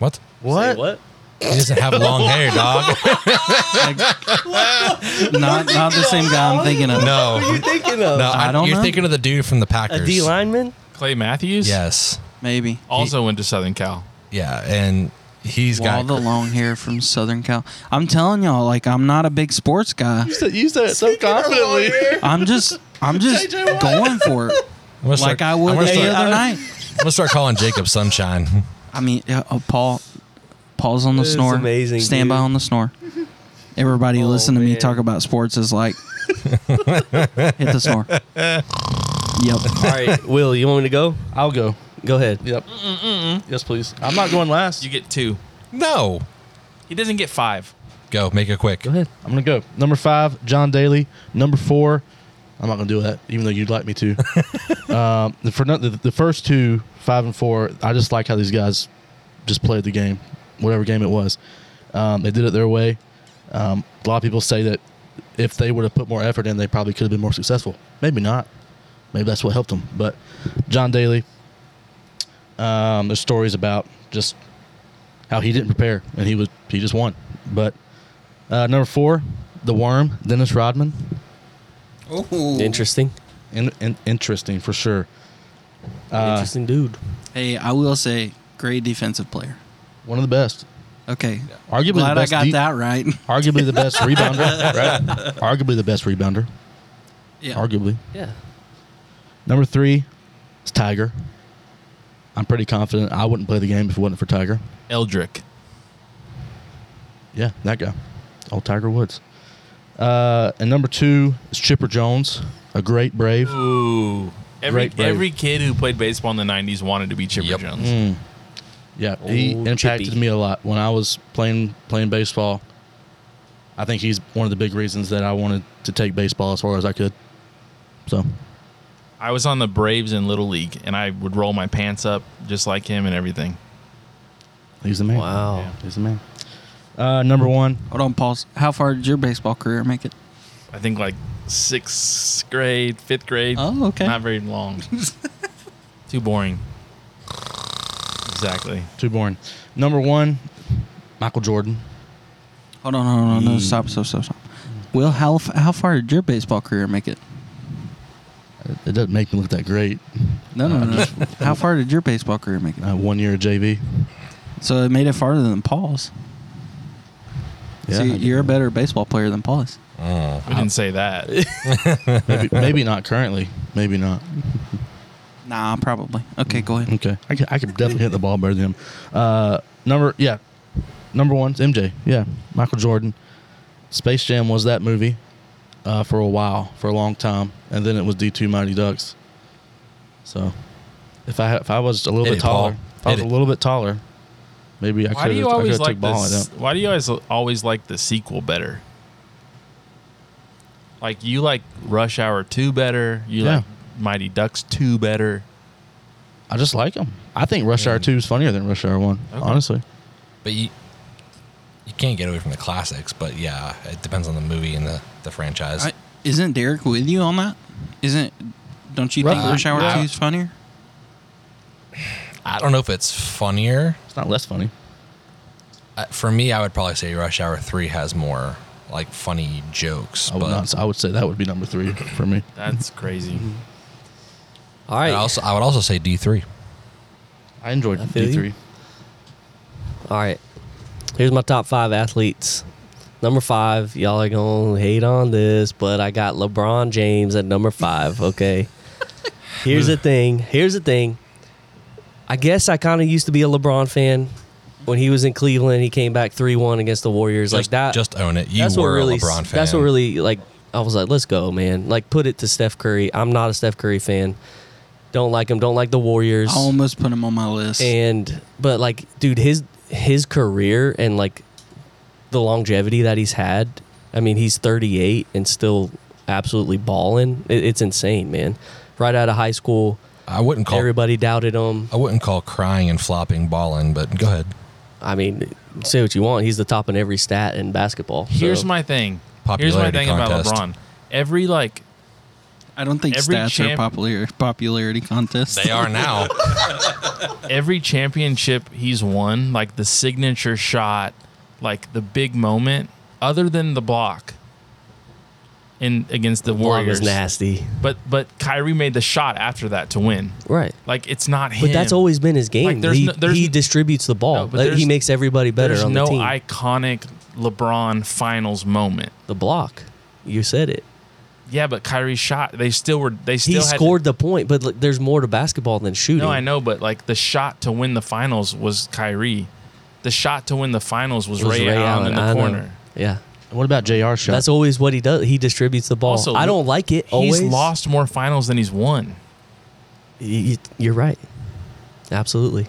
Speaker 4: What?
Speaker 1: What? what?
Speaker 4: He doesn't have long hair, dog.
Speaker 2: Like, not not the same guy I'm thinking of.
Speaker 4: No,
Speaker 1: What are you thinking of?
Speaker 4: no. I,
Speaker 2: I don't
Speaker 4: you're
Speaker 2: know.
Speaker 4: thinking of the dude from the
Speaker 1: a
Speaker 4: Packers.
Speaker 1: D lineman?
Speaker 3: Clay Matthews.
Speaker 4: Yes.
Speaker 2: Maybe.
Speaker 3: Also went to Southern Cal.
Speaker 4: Yeah, and he's
Speaker 2: all
Speaker 4: got
Speaker 2: the long hair from Southern Cal. I'm telling y'all, like I'm not a big sports guy.
Speaker 5: You said, you said it so confidently.
Speaker 2: I'm just I'm just
Speaker 5: JJ Watt.
Speaker 2: going for it.
Speaker 4: I'm gonna
Speaker 2: Like
Speaker 4: start-
Speaker 2: I
Speaker 4: I'm
Speaker 2: would
Speaker 4: gonna
Speaker 2: the
Speaker 4: start-
Speaker 2: other night.
Speaker 4: I'm gonna start calling Jacob Sunshine.
Speaker 2: I mean, yeah, oh, Paul, Paul's on the
Speaker 1: It's
Speaker 2: snore.
Speaker 1: amazing,
Speaker 2: Stand by
Speaker 1: dude.
Speaker 2: on the snore. Everybody
Speaker 1: Oh,
Speaker 2: listen to me
Speaker 1: man.
Speaker 2: talk about sports is like hit the snore. Yep.
Speaker 1: All right, Will, you want me to go?
Speaker 5: I'll go.
Speaker 1: Go ahead.
Speaker 5: Yep. Yes, please. I'm not going last.
Speaker 3: You get two.
Speaker 4: No,
Speaker 3: He doesn't get five.
Speaker 4: go make it quick.
Speaker 1: Go ahead.
Speaker 5: I'm gonna go number five, John Daly. Number four, I'm not gonna do that, even though you'd like me to. um, the, for no- the, the first two, five and four, I just like how these guys just played the game, whatever game it was. Um, they did it their way. Um, a lot of people say that if they would have put more effort in, they probably could have been more successful. Maybe not. Maybe that's what helped them. But John Daly, um, there's stories about just how he didn't prepare and he was he just won. But uh, number four, the worm, Dennis Rodman.
Speaker 1: Interesting.
Speaker 5: In, in, interesting for sure. Uh,
Speaker 1: Interesting dude.
Speaker 2: Hey, I will say, great defensive player.
Speaker 5: one of the best,
Speaker 2: Okay.
Speaker 5: arguably
Speaker 2: Glad
Speaker 5: the
Speaker 2: I
Speaker 5: best.
Speaker 2: got
Speaker 5: de-
Speaker 2: that right.
Speaker 5: Arguably the best rebounder, right? Arguably the best rebounder.
Speaker 2: Yeah.
Speaker 5: Arguably.
Speaker 1: Yeah.
Speaker 5: Number three is Tiger. I'm pretty confident I wouldn't play the game if it wasn't for Tiger.
Speaker 3: Eldrick.
Speaker 5: Yeah, that guy. Old Tiger Woods. Uh, and number two is Chipper Jones, a great brave.
Speaker 3: Ooh. Every
Speaker 5: Great brave.
Speaker 3: every kid who played baseball in the '90s wanted to be Chipper
Speaker 4: Yep.
Speaker 3: Jones.
Speaker 5: Mm. Yeah, he
Speaker 1: Old
Speaker 5: impacted
Speaker 1: Chippy.
Speaker 5: me a lot when I was playing playing baseball. I think he's one of the big reasons that I wanted to take baseball as far as I could. So
Speaker 3: I was on the Braves in Little League, and I would roll my pants up just like him and everything.
Speaker 5: he's the man.
Speaker 1: Wow.
Speaker 5: he's the man. Uh, number one,
Speaker 2: Hold on, pause. How far did your baseball career make it?
Speaker 3: I think like sixth grade, fifth grade.
Speaker 2: Oh, okay.
Speaker 3: Not very long. Too boring. Exactly.
Speaker 5: too boring. Number one, Michael Jordan.
Speaker 2: Hold on, hold on, no, stop, stop, stop, stop. Will, how f- how far did your baseball career make it?
Speaker 5: It- It doesn't make me look that great.
Speaker 2: No, no, no. how far did your baseball career make it?
Speaker 5: Uh, one year at JV.
Speaker 2: So it made it farther than Paul's.
Speaker 5: Yeah,
Speaker 2: so
Speaker 5: I
Speaker 2: you-
Speaker 5: did
Speaker 2: you're a
Speaker 5: that.
Speaker 2: better baseball player than Paul's.
Speaker 4: Mm.
Speaker 3: We didn't say that.
Speaker 5: Maybe, maybe not currently. Maybe not.
Speaker 2: Nah, probably. Okay, go ahead.
Speaker 5: Okay, I could, I could definitely hit the ball better than him. Uh, number yeah, number one's MJ. Yeah, Michael Jordan. Space Jam was that movie uh, for a while, for a long time, and then it was D two Mighty Ducks. So, if I had, if I was a little
Speaker 4: Hit
Speaker 5: bit
Speaker 4: it,
Speaker 5: taller,
Speaker 4: Paul.
Speaker 5: if I was
Speaker 4: Hit
Speaker 5: a
Speaker 4: it.
Speaker 5: little bit taller, maybe I could
Speaker 3: Why do
Speaker 5: have
Speaker 3: you
Speaker 5: I could
Speaker 3: always
Speaker 5: have
Speaker 3: like
Speaker 5: took ball at
Speaker 3: this?
Speaker 5: them.
Speaker 3: Why do you always always like the sequel better? Like you like Rush Hour Two better. You
Speaker 5: Yeah.
Speaker 3: like Mighty Ducks Two better.
Speaker 5: I just like them. I think Rush Hour
Speaker 4: Yeah.
Speaker 5: Two is funnier than Rush Hour One.
Speaker 3: Okay.
Speaker 5: Honestly,
Speaker 4: But you you can't get away from the classics. But yeah, it depends on the movie and the, the franchise.
Speaker 2: I, isn't Derek with you on that? Isn't? Don't you think
Speaker 5: Roughly,
Speaker 2: Rush Hour
Speaker 3: yeah.
Speaker 2: Two is funnier?
Speaker 4: I don't know if it's funnier.
Speaker 5: it's not less funny.
Speaker 4: Uh, For me, I would probably say Rush Hour Three has more like funny jokes.
Speaker 5: I would
Speaker 4: but
Speaker 5: not. I would say that would be number three for me.
Speaker 3: That's crazy.
Speaker 1: Mhm. All
Speaker 4: I
Speaker 1: right.
Speaker 4: also I would also say D three.
Speaker 5: I enjoyed
Speaker 1: I feel
Speaker 5: D
Speaker 1: you.
Speaker 5: three.
Speaker 1: All right. Here's my top five athletes. Number five, y'all are gonna hate on this, but I got LeBron James at number five. Okay. Here's the thing. Here's the thing. I guess I kind of used to be a LeBron fan when he was in Cleveland. He came back three one against the Warriors like
Speaker 4: Just,
Speaker 1: that.
Speaker 4: just own it. You
Speaker 1: that's what
Speaker 4: were
Speaker 1: really.
Speaker 4: a LeBron fan.
Speaker 1: That's what really like. I was like, let's go, man. Like, put it to Steph Curry. I'm not a Steph Curry fan. Don't like him. Don't like the Warriors.
Speaker 2: I almost put him on my list.
Speaker 1: And but like, dude, his his career and like the longevity that he's had. I mean, he's 38 and still absolutely balling. It, it's insane, man. Right out of high school,
Speaker 4: I wouldn't call
Speaker 1: everybody doubted him.
Speaker 4: I wouldn't call crying and flopping balling, but go ahead.
Speaker 1: I mean, say what you want, he's the top in every stat in basketball.
Speaker 3: Here's
Speaker 1: So,
Speaker 3: my thing. Here's my
Speaker 4: Popularity
Speaker 3: thing
Speaker 4: contest.
Speaker 3: about LeBron. Every like
Speaker 2: I don't think
Speaker 3: Every
Speaker 2: stats
Speaker 3: champ-
Speaker 2: are popular popularity contests.
Speaker 4: They are now.
Speaker 3: every championship he's won, like the signature shot, like the big moment, other than the block in against the
Speaker 1: Blog
Speaker 3: Warriors.
Speaker 1: is nasty,
Speaker 3: But but Kyrie made the shot after that to win.
Speaker 1: right?
Speaker 3: Like it's not him.
Speaker 1: But that's always been his game.
Speaker 3: Like, there's
Speaker 1: he,
Speaker 3: no- there's-
Speaker 1: he distributes the ball.
Speaker 3: No, but
Speaker 1: Like,
Speaker 3: there's-
Speaker 1: he makes everybody better
Speaker 3: There's
Speaker 1: on
Speaker 3: no
Speaker 1: the team.
Speaker 3: iconic LeBron Finals moment.
Speaker 1: the block, you said it.
Speaker 3: Yeah, but Kyrie shot. They still were. They still
Speaker 1: He
Speaker 3: had-
Speaker 1: scored the point, but like, there's more to basketball than shooting.
Speaker 3: no, I know, but like the shot to win the finals was Kyrie. The shot to win the finals was,
Speaker 1: It was
Speaker 3: Ray, Allen, in the
Speaker 1: I know.
Speaker 3: corner.
Speaker 1: Yeah.
Speaker 5: What about Jr. shot?
Speaker 1: That's always what he does. He distributes the ball.
Speaker 3: Also,
Speaker 1: I don't like it.
Speaker 3: He's
Speaker 1: Always
Speaker 3: lost more finals than he's won.
Speaker 1: You, are right. Absolutely.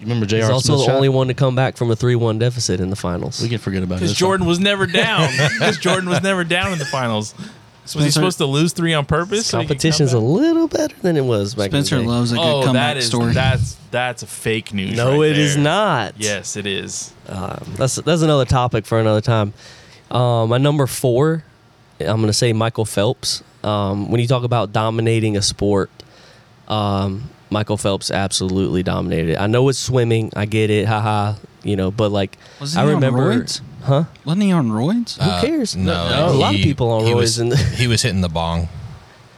Speaker 5: you remember Jr.
Speaker 1: He's also
Speaker 5: Smith's
Speaker 1: the
Speaker 5: shot?
Speaker 1: only one to come back from a three-one deficit in the finals.
Speaker 5: We can forget about
Speaker 3: Because
Speaker 5: it.
Speaker 3: Jordan was never down. Because Jordan was never down in the finals. Was he
Speaker 2: Spencer-
Speaker 3: supposed to lose three on purpose? so he could come
Speaker 1: Competition's a
Speaker 3: back?
Speaker 1: little better than it was back
Speaker 2: Spencer
Speaker 1: in the day.
Speaker 2: loves a good
Speaker 3: oh,
Speaker 2: comeback
Speaker 3: that is
Speaker 2: story.
Speaker 3: that's that's a fake news.
Speaker 1: No,
Speaker 3: right
Speaker 1: it is
Speaker 3: there.
Speaker 1: not.
Speaker 3: Yes, it is.
Speaker 1: Um, that's that's another topic for another time. Um, my number four, I'm gonna say Michael Phelps. Um, when you talk about dominating a sport, um, Michael Phelps absolutely dominated. it. I know it's swimming. I get it. Haha. You know, but like
Speaker 2: Wasn't
Speaker 1: I
Speaker 2: he on
Speaker 1: remember,
Speaker 2: roids?
Speaker 1: huh?
Speaker 2: Wasn't he on roids?
Speaker 3: Uh,
Speaker 1: Who cares?
Speaker 4: Uh, No,
Speaker 1: a lot of
Speaker 4: he-
Speaker 1: people on
Speaker 4: he
Speaker 1: Roy's
Speaker 4: was,
Speaker 1: and
Speaker 4: he was hitting the bong.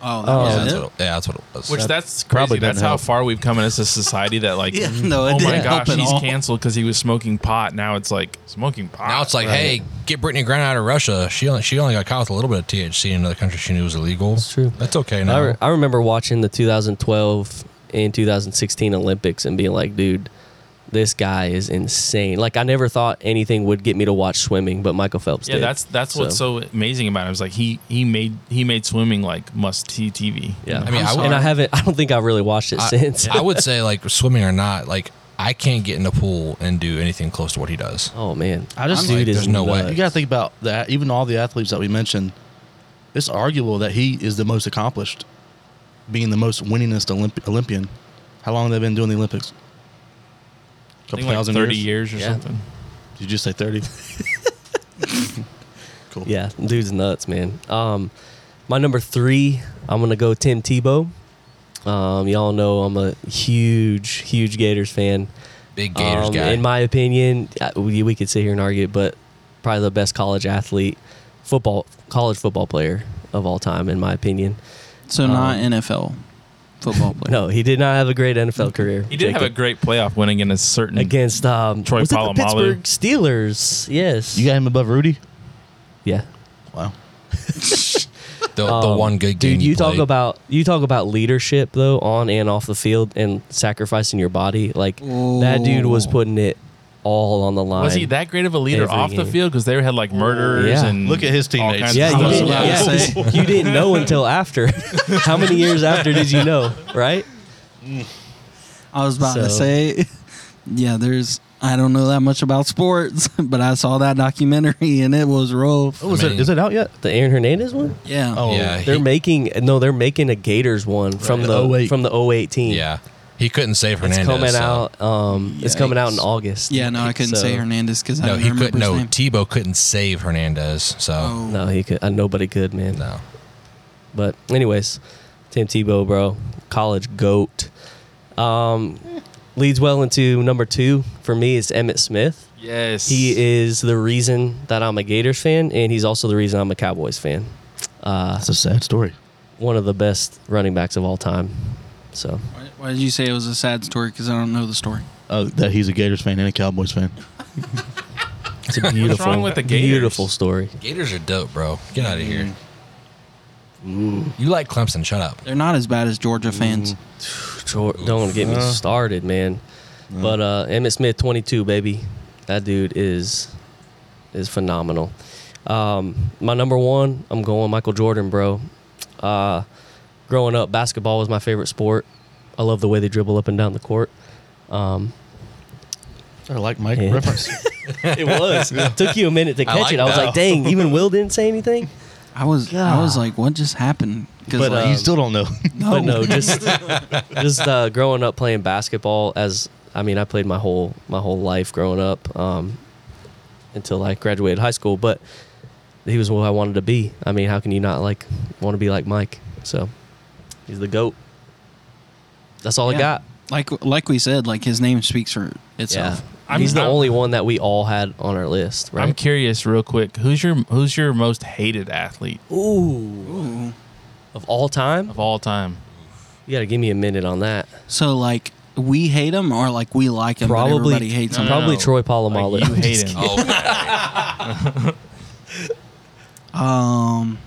Speaker 2: oh, that
Speaker 1: Oh.
Speaker 4: Yeah,
Speaker 2: was
Speaker 4: that's
Speaker 2: it.
Speaker 4: what it, yeah, that's what it was.
Speaker 3: Which that's crazy.
Speaker 5: probably doesn't
Speaker 3: that's how
Speaker 5: help.
Speaker 3: far we've come as a society that like,
Speaker 2: Yeah, no,
Speaker 3: oh
Speaker 2: it
Speaker 3: my
Speaker 2: didn't help
Speaker 3: gosh,
Speaker 2: at
Speaker 3: he's
Speaker 2: all.
Speaker 3: canceled because he was smoking pot. Now it's like smoking pot.
Speaker 4: now it's like, hey, get Brittany Grant out of Russia. She only, she only got caught with a little bit of THC in another country she knew was illegal. That's
Speaker 1: true.
Speaker 4: That's okay
Speaker 1: I,
Speaker 4: now.
Speaker 1: re- I remember watching the 2012 and 2016 Olympics and being like, dude, this guy is insane. Like, I never thought anything would get me to watch swimming, but Michael Phelps
Speaker 3: yeah,
Speaker 1: did.
Speaker 3: that's that's what's so amazing about it. It's like he he made he made swimming like must see TV.
Speaker 1: Yeah.
Speaker 4: I mean, I would-
Speaker 1: and I haven't, I don't think I've really watched it
Speaker 4: I-
Speaker 1: since.
Speaker 4: I would say like swimming or not, like I can't get in the pool and do anything close to what he does.
Speaker 1: oh, man.
Speaker 5: I just
Speaker 1: dude
Speaker 4: like,
Speaker 1: is
Speaker 4: there's no way.
Speaker 5: You got to think about that. Even all the athletes that we mentioned, it's arguable that he is the most accomplished, being the most winningest Olymp- Olympian. How long have they been doing the Olympics? A
Speaker 3: I
Speaker 5: couple
Speaker 3: think like
Speaker 5: thousand
Speaker 3: thirty
Speaker 5: years?
Speaker 3: years, or
Speaker 1: Yeah.
Speaker 3: something.
Speaker 5: Did you just say 30? cool.
Speaker 1: Yeah, dude's nuts, man. Um, my number three, I'm gonna go Tim Tebow. Um, y'all know I'm a huge, huge Gators fan.
Speaker 4: Big Gators
Speaker 1: Um,
Speaker 4: guy.
Speaker 1: In my opinion, uh, we, we could sit here and argue, but probably the best college athlete, football, college football player of all time, in my opinion.
Speaker 2: So not NFL football player.
Speaker 1: Um, No, he did not have a great NFL career.
Speaker 3: He did have a Mm.
Speaker 1: Jacob.
Speaker 3: great playoff win against a certain.
Speaker 1: against um,
Speaker 3: Troy
Speaker 1: was it the
Speaker 3: Polamalu.
Speaker 1: Pittsburgh Steelers. Yes.
Speaker 5: You got him above Rudy?
Speaker 1: yeah.
Speaker 5: Wow.
Speaker 4: The, the
Speaker 1: Um,
Speaker 4: one good game
Speaker 1: dude. You, talk
Speaker 4: played.
Speaker 1: about you talk about leadership though, on and off the field, and sacrificing your body. Like that dude was putting it all on the line.
Speaker 3: Was he that great of a leader
Speaker 1: Every
Speaker 3: off the
Speaker 1: game.
Speaker 3: field? Because they had like murderers
Speaker 1: Yeah.
Speaker 3: and
Speaker 6: Look at his
Speaker 3: all
Speaker 6: teammates.
Speaker 3: kinds of
Speaker 1: Yeah,
Speaker 2: I
Speaker 1: you
Speaker 3: stuff.
Speaker 2: was
Speaker 1: didn't,
Speaker 2: about to
Speaker 1: yeah,
Speaker 2: say.
Speaker 1: because you didn't know until after. How many years after did you know? Right?
Speaker 2: I was about to
Speaker 1: So-
Speaker 2: say, yeah, there's. I don't know that much about sports, but I saw that documentary and it was rough.
Speaker 5: Oh, is,
Speaker 4: I
Speaker 5: it,
Speaker 4: mean-
Speaker 5: is it out yet?
Speaker 1: The Aaron Hernandez one.
Speaker 2: Yeah.
Speaker 5: Oh,
Speaker 4: yeah,
Speaker 1: They're
Speaker 4: he-
Speaker 1: making no, they're making a Gators one from
Speaker 5: Right.
Speaker 1: the
Speaker 5: 08.
Speaker 1: from the 08 team.
Speaker 4: yeah. He couldn't save
Speaker 1: it's
Speaker 4: Hernandez.
Speaker 1: coming
Speaker 4: so-
Speaker 1: out. Um, it's coming out in
Speaker 2: Yikes.
Speaker 1: August.
Speaker 2: Yeah, no, I couldn't
Speaker 1: So-
Speaker 2: say Hernandez because I
Speaker 4: No,
Speaker 2: don't
Speaker 4: he
Speaker 2: remember
Speaker 4: couldn't.
Speaker 2: his
Speaker 4: No,
Speaker 2: name.
Speaker 4: Tebow couldn't save Hernandez. So
Speaker 2: Oh.
Speaker 1: No, he could. Uh, nobody could, man.
Speaker 4: no.
Speaker 1: But anyways, Tim Tebow, bro, college goat. Um, leads well into number two for me is Emmett Smith.
Speaker 3: Yes.
Speaker 1: He is the reason that I'm a Gators fan, and he's also the reason I'm a Cowboys fan. Uh,
Speaker 5: That's a sad story.
Speaker 1: one of the best running backs of all time. So
Speaker 2: Why, why did you say it was a sad story? Because I don't know the story.
Speaker 5: Uh, that he's a Gators fan and a Cowboys fan.
Speaker 1: it's a beautiful,
Speaker 3: wrong with the Gators?
Speaker 1: beautiful story.
Speaker 4: Gators are dope, bro. Get out of here.
Speaker 2: Mm.
Speaker 4: You like Clemson? Shut up.
Speaker 2: They're not as bad as Georgia
Speaker 1: Mm.
Speaker 2: fans.
Speaker 1: Jor- Don't get
Speaker 3: Uh.
Speaker 1: me started, man. But uh, Emmett Smith, 22, baby, that dude is is phenomenal. Um, my number one, I'm going Michael Jordan, bro. Uh, growing up, basketball was my favorite sport. I love the way they dribble up and down the court. Um,
Speaker 5: I like Mike
Speaker 1: Yeah.
Speaker 5: reference.
Speaker 1: it was took you a minute to
Speaker 4: I
Speaker 1: catch
Speaker 4: like
Speaker 1: it. I was
Speaker 4: that.
Speaker 1: like, dang, even Will didn't say anything.
Speaker 2: I was, I was
Speaker 1: God.
Speaker 2: like, what just happened? Because
Speaker 1: But,
Speaker 2: like,
Speaker 1: uh,
Speaker 5: you still don't know.
Speaker 2: Oh
Speaker 1: But no, just just uh, growing up playing basketball. As I mean, I played my whole my whole life growing up um, until I graduated high school. But he was what I wanted to be. I mean, how can you not like want to be like Mike? So he's the goat. That's all I
Speaker 2: Yeah.
Speaker 1: got.
Speaker 2: like, like we said, like his name speaks for itself.
Speaker 1: Yeah. he's the
Speaker 3: I'm-
Speaker 1: only one that we all had on our list,
Speaker 3: I'm
Speaker 1: right?
Speaker 3: curious, real quick. Who's your Who's your most hated athlete
Speaker 1: Ooh,
Speaker 2: Ooh.
Speaker 1: of all time,
Speaker 3: of all time?
Speaker 1: you got to give me a minute on that.
Speaker 2: So like we hate him or like we like him. Probably but
Speaker 1: Probably,
Speaker 2: everybody hates him.
Speaker 3: No, no,
Speaker 1: probably
Speaker 3: no.
Speaker 1: Troy Polamalu.
Speaker 3: Like, you
Speaker 1: I'm just
Speaker 3: hate him.
Speaker 4: Oh,
Speaker 2: Um.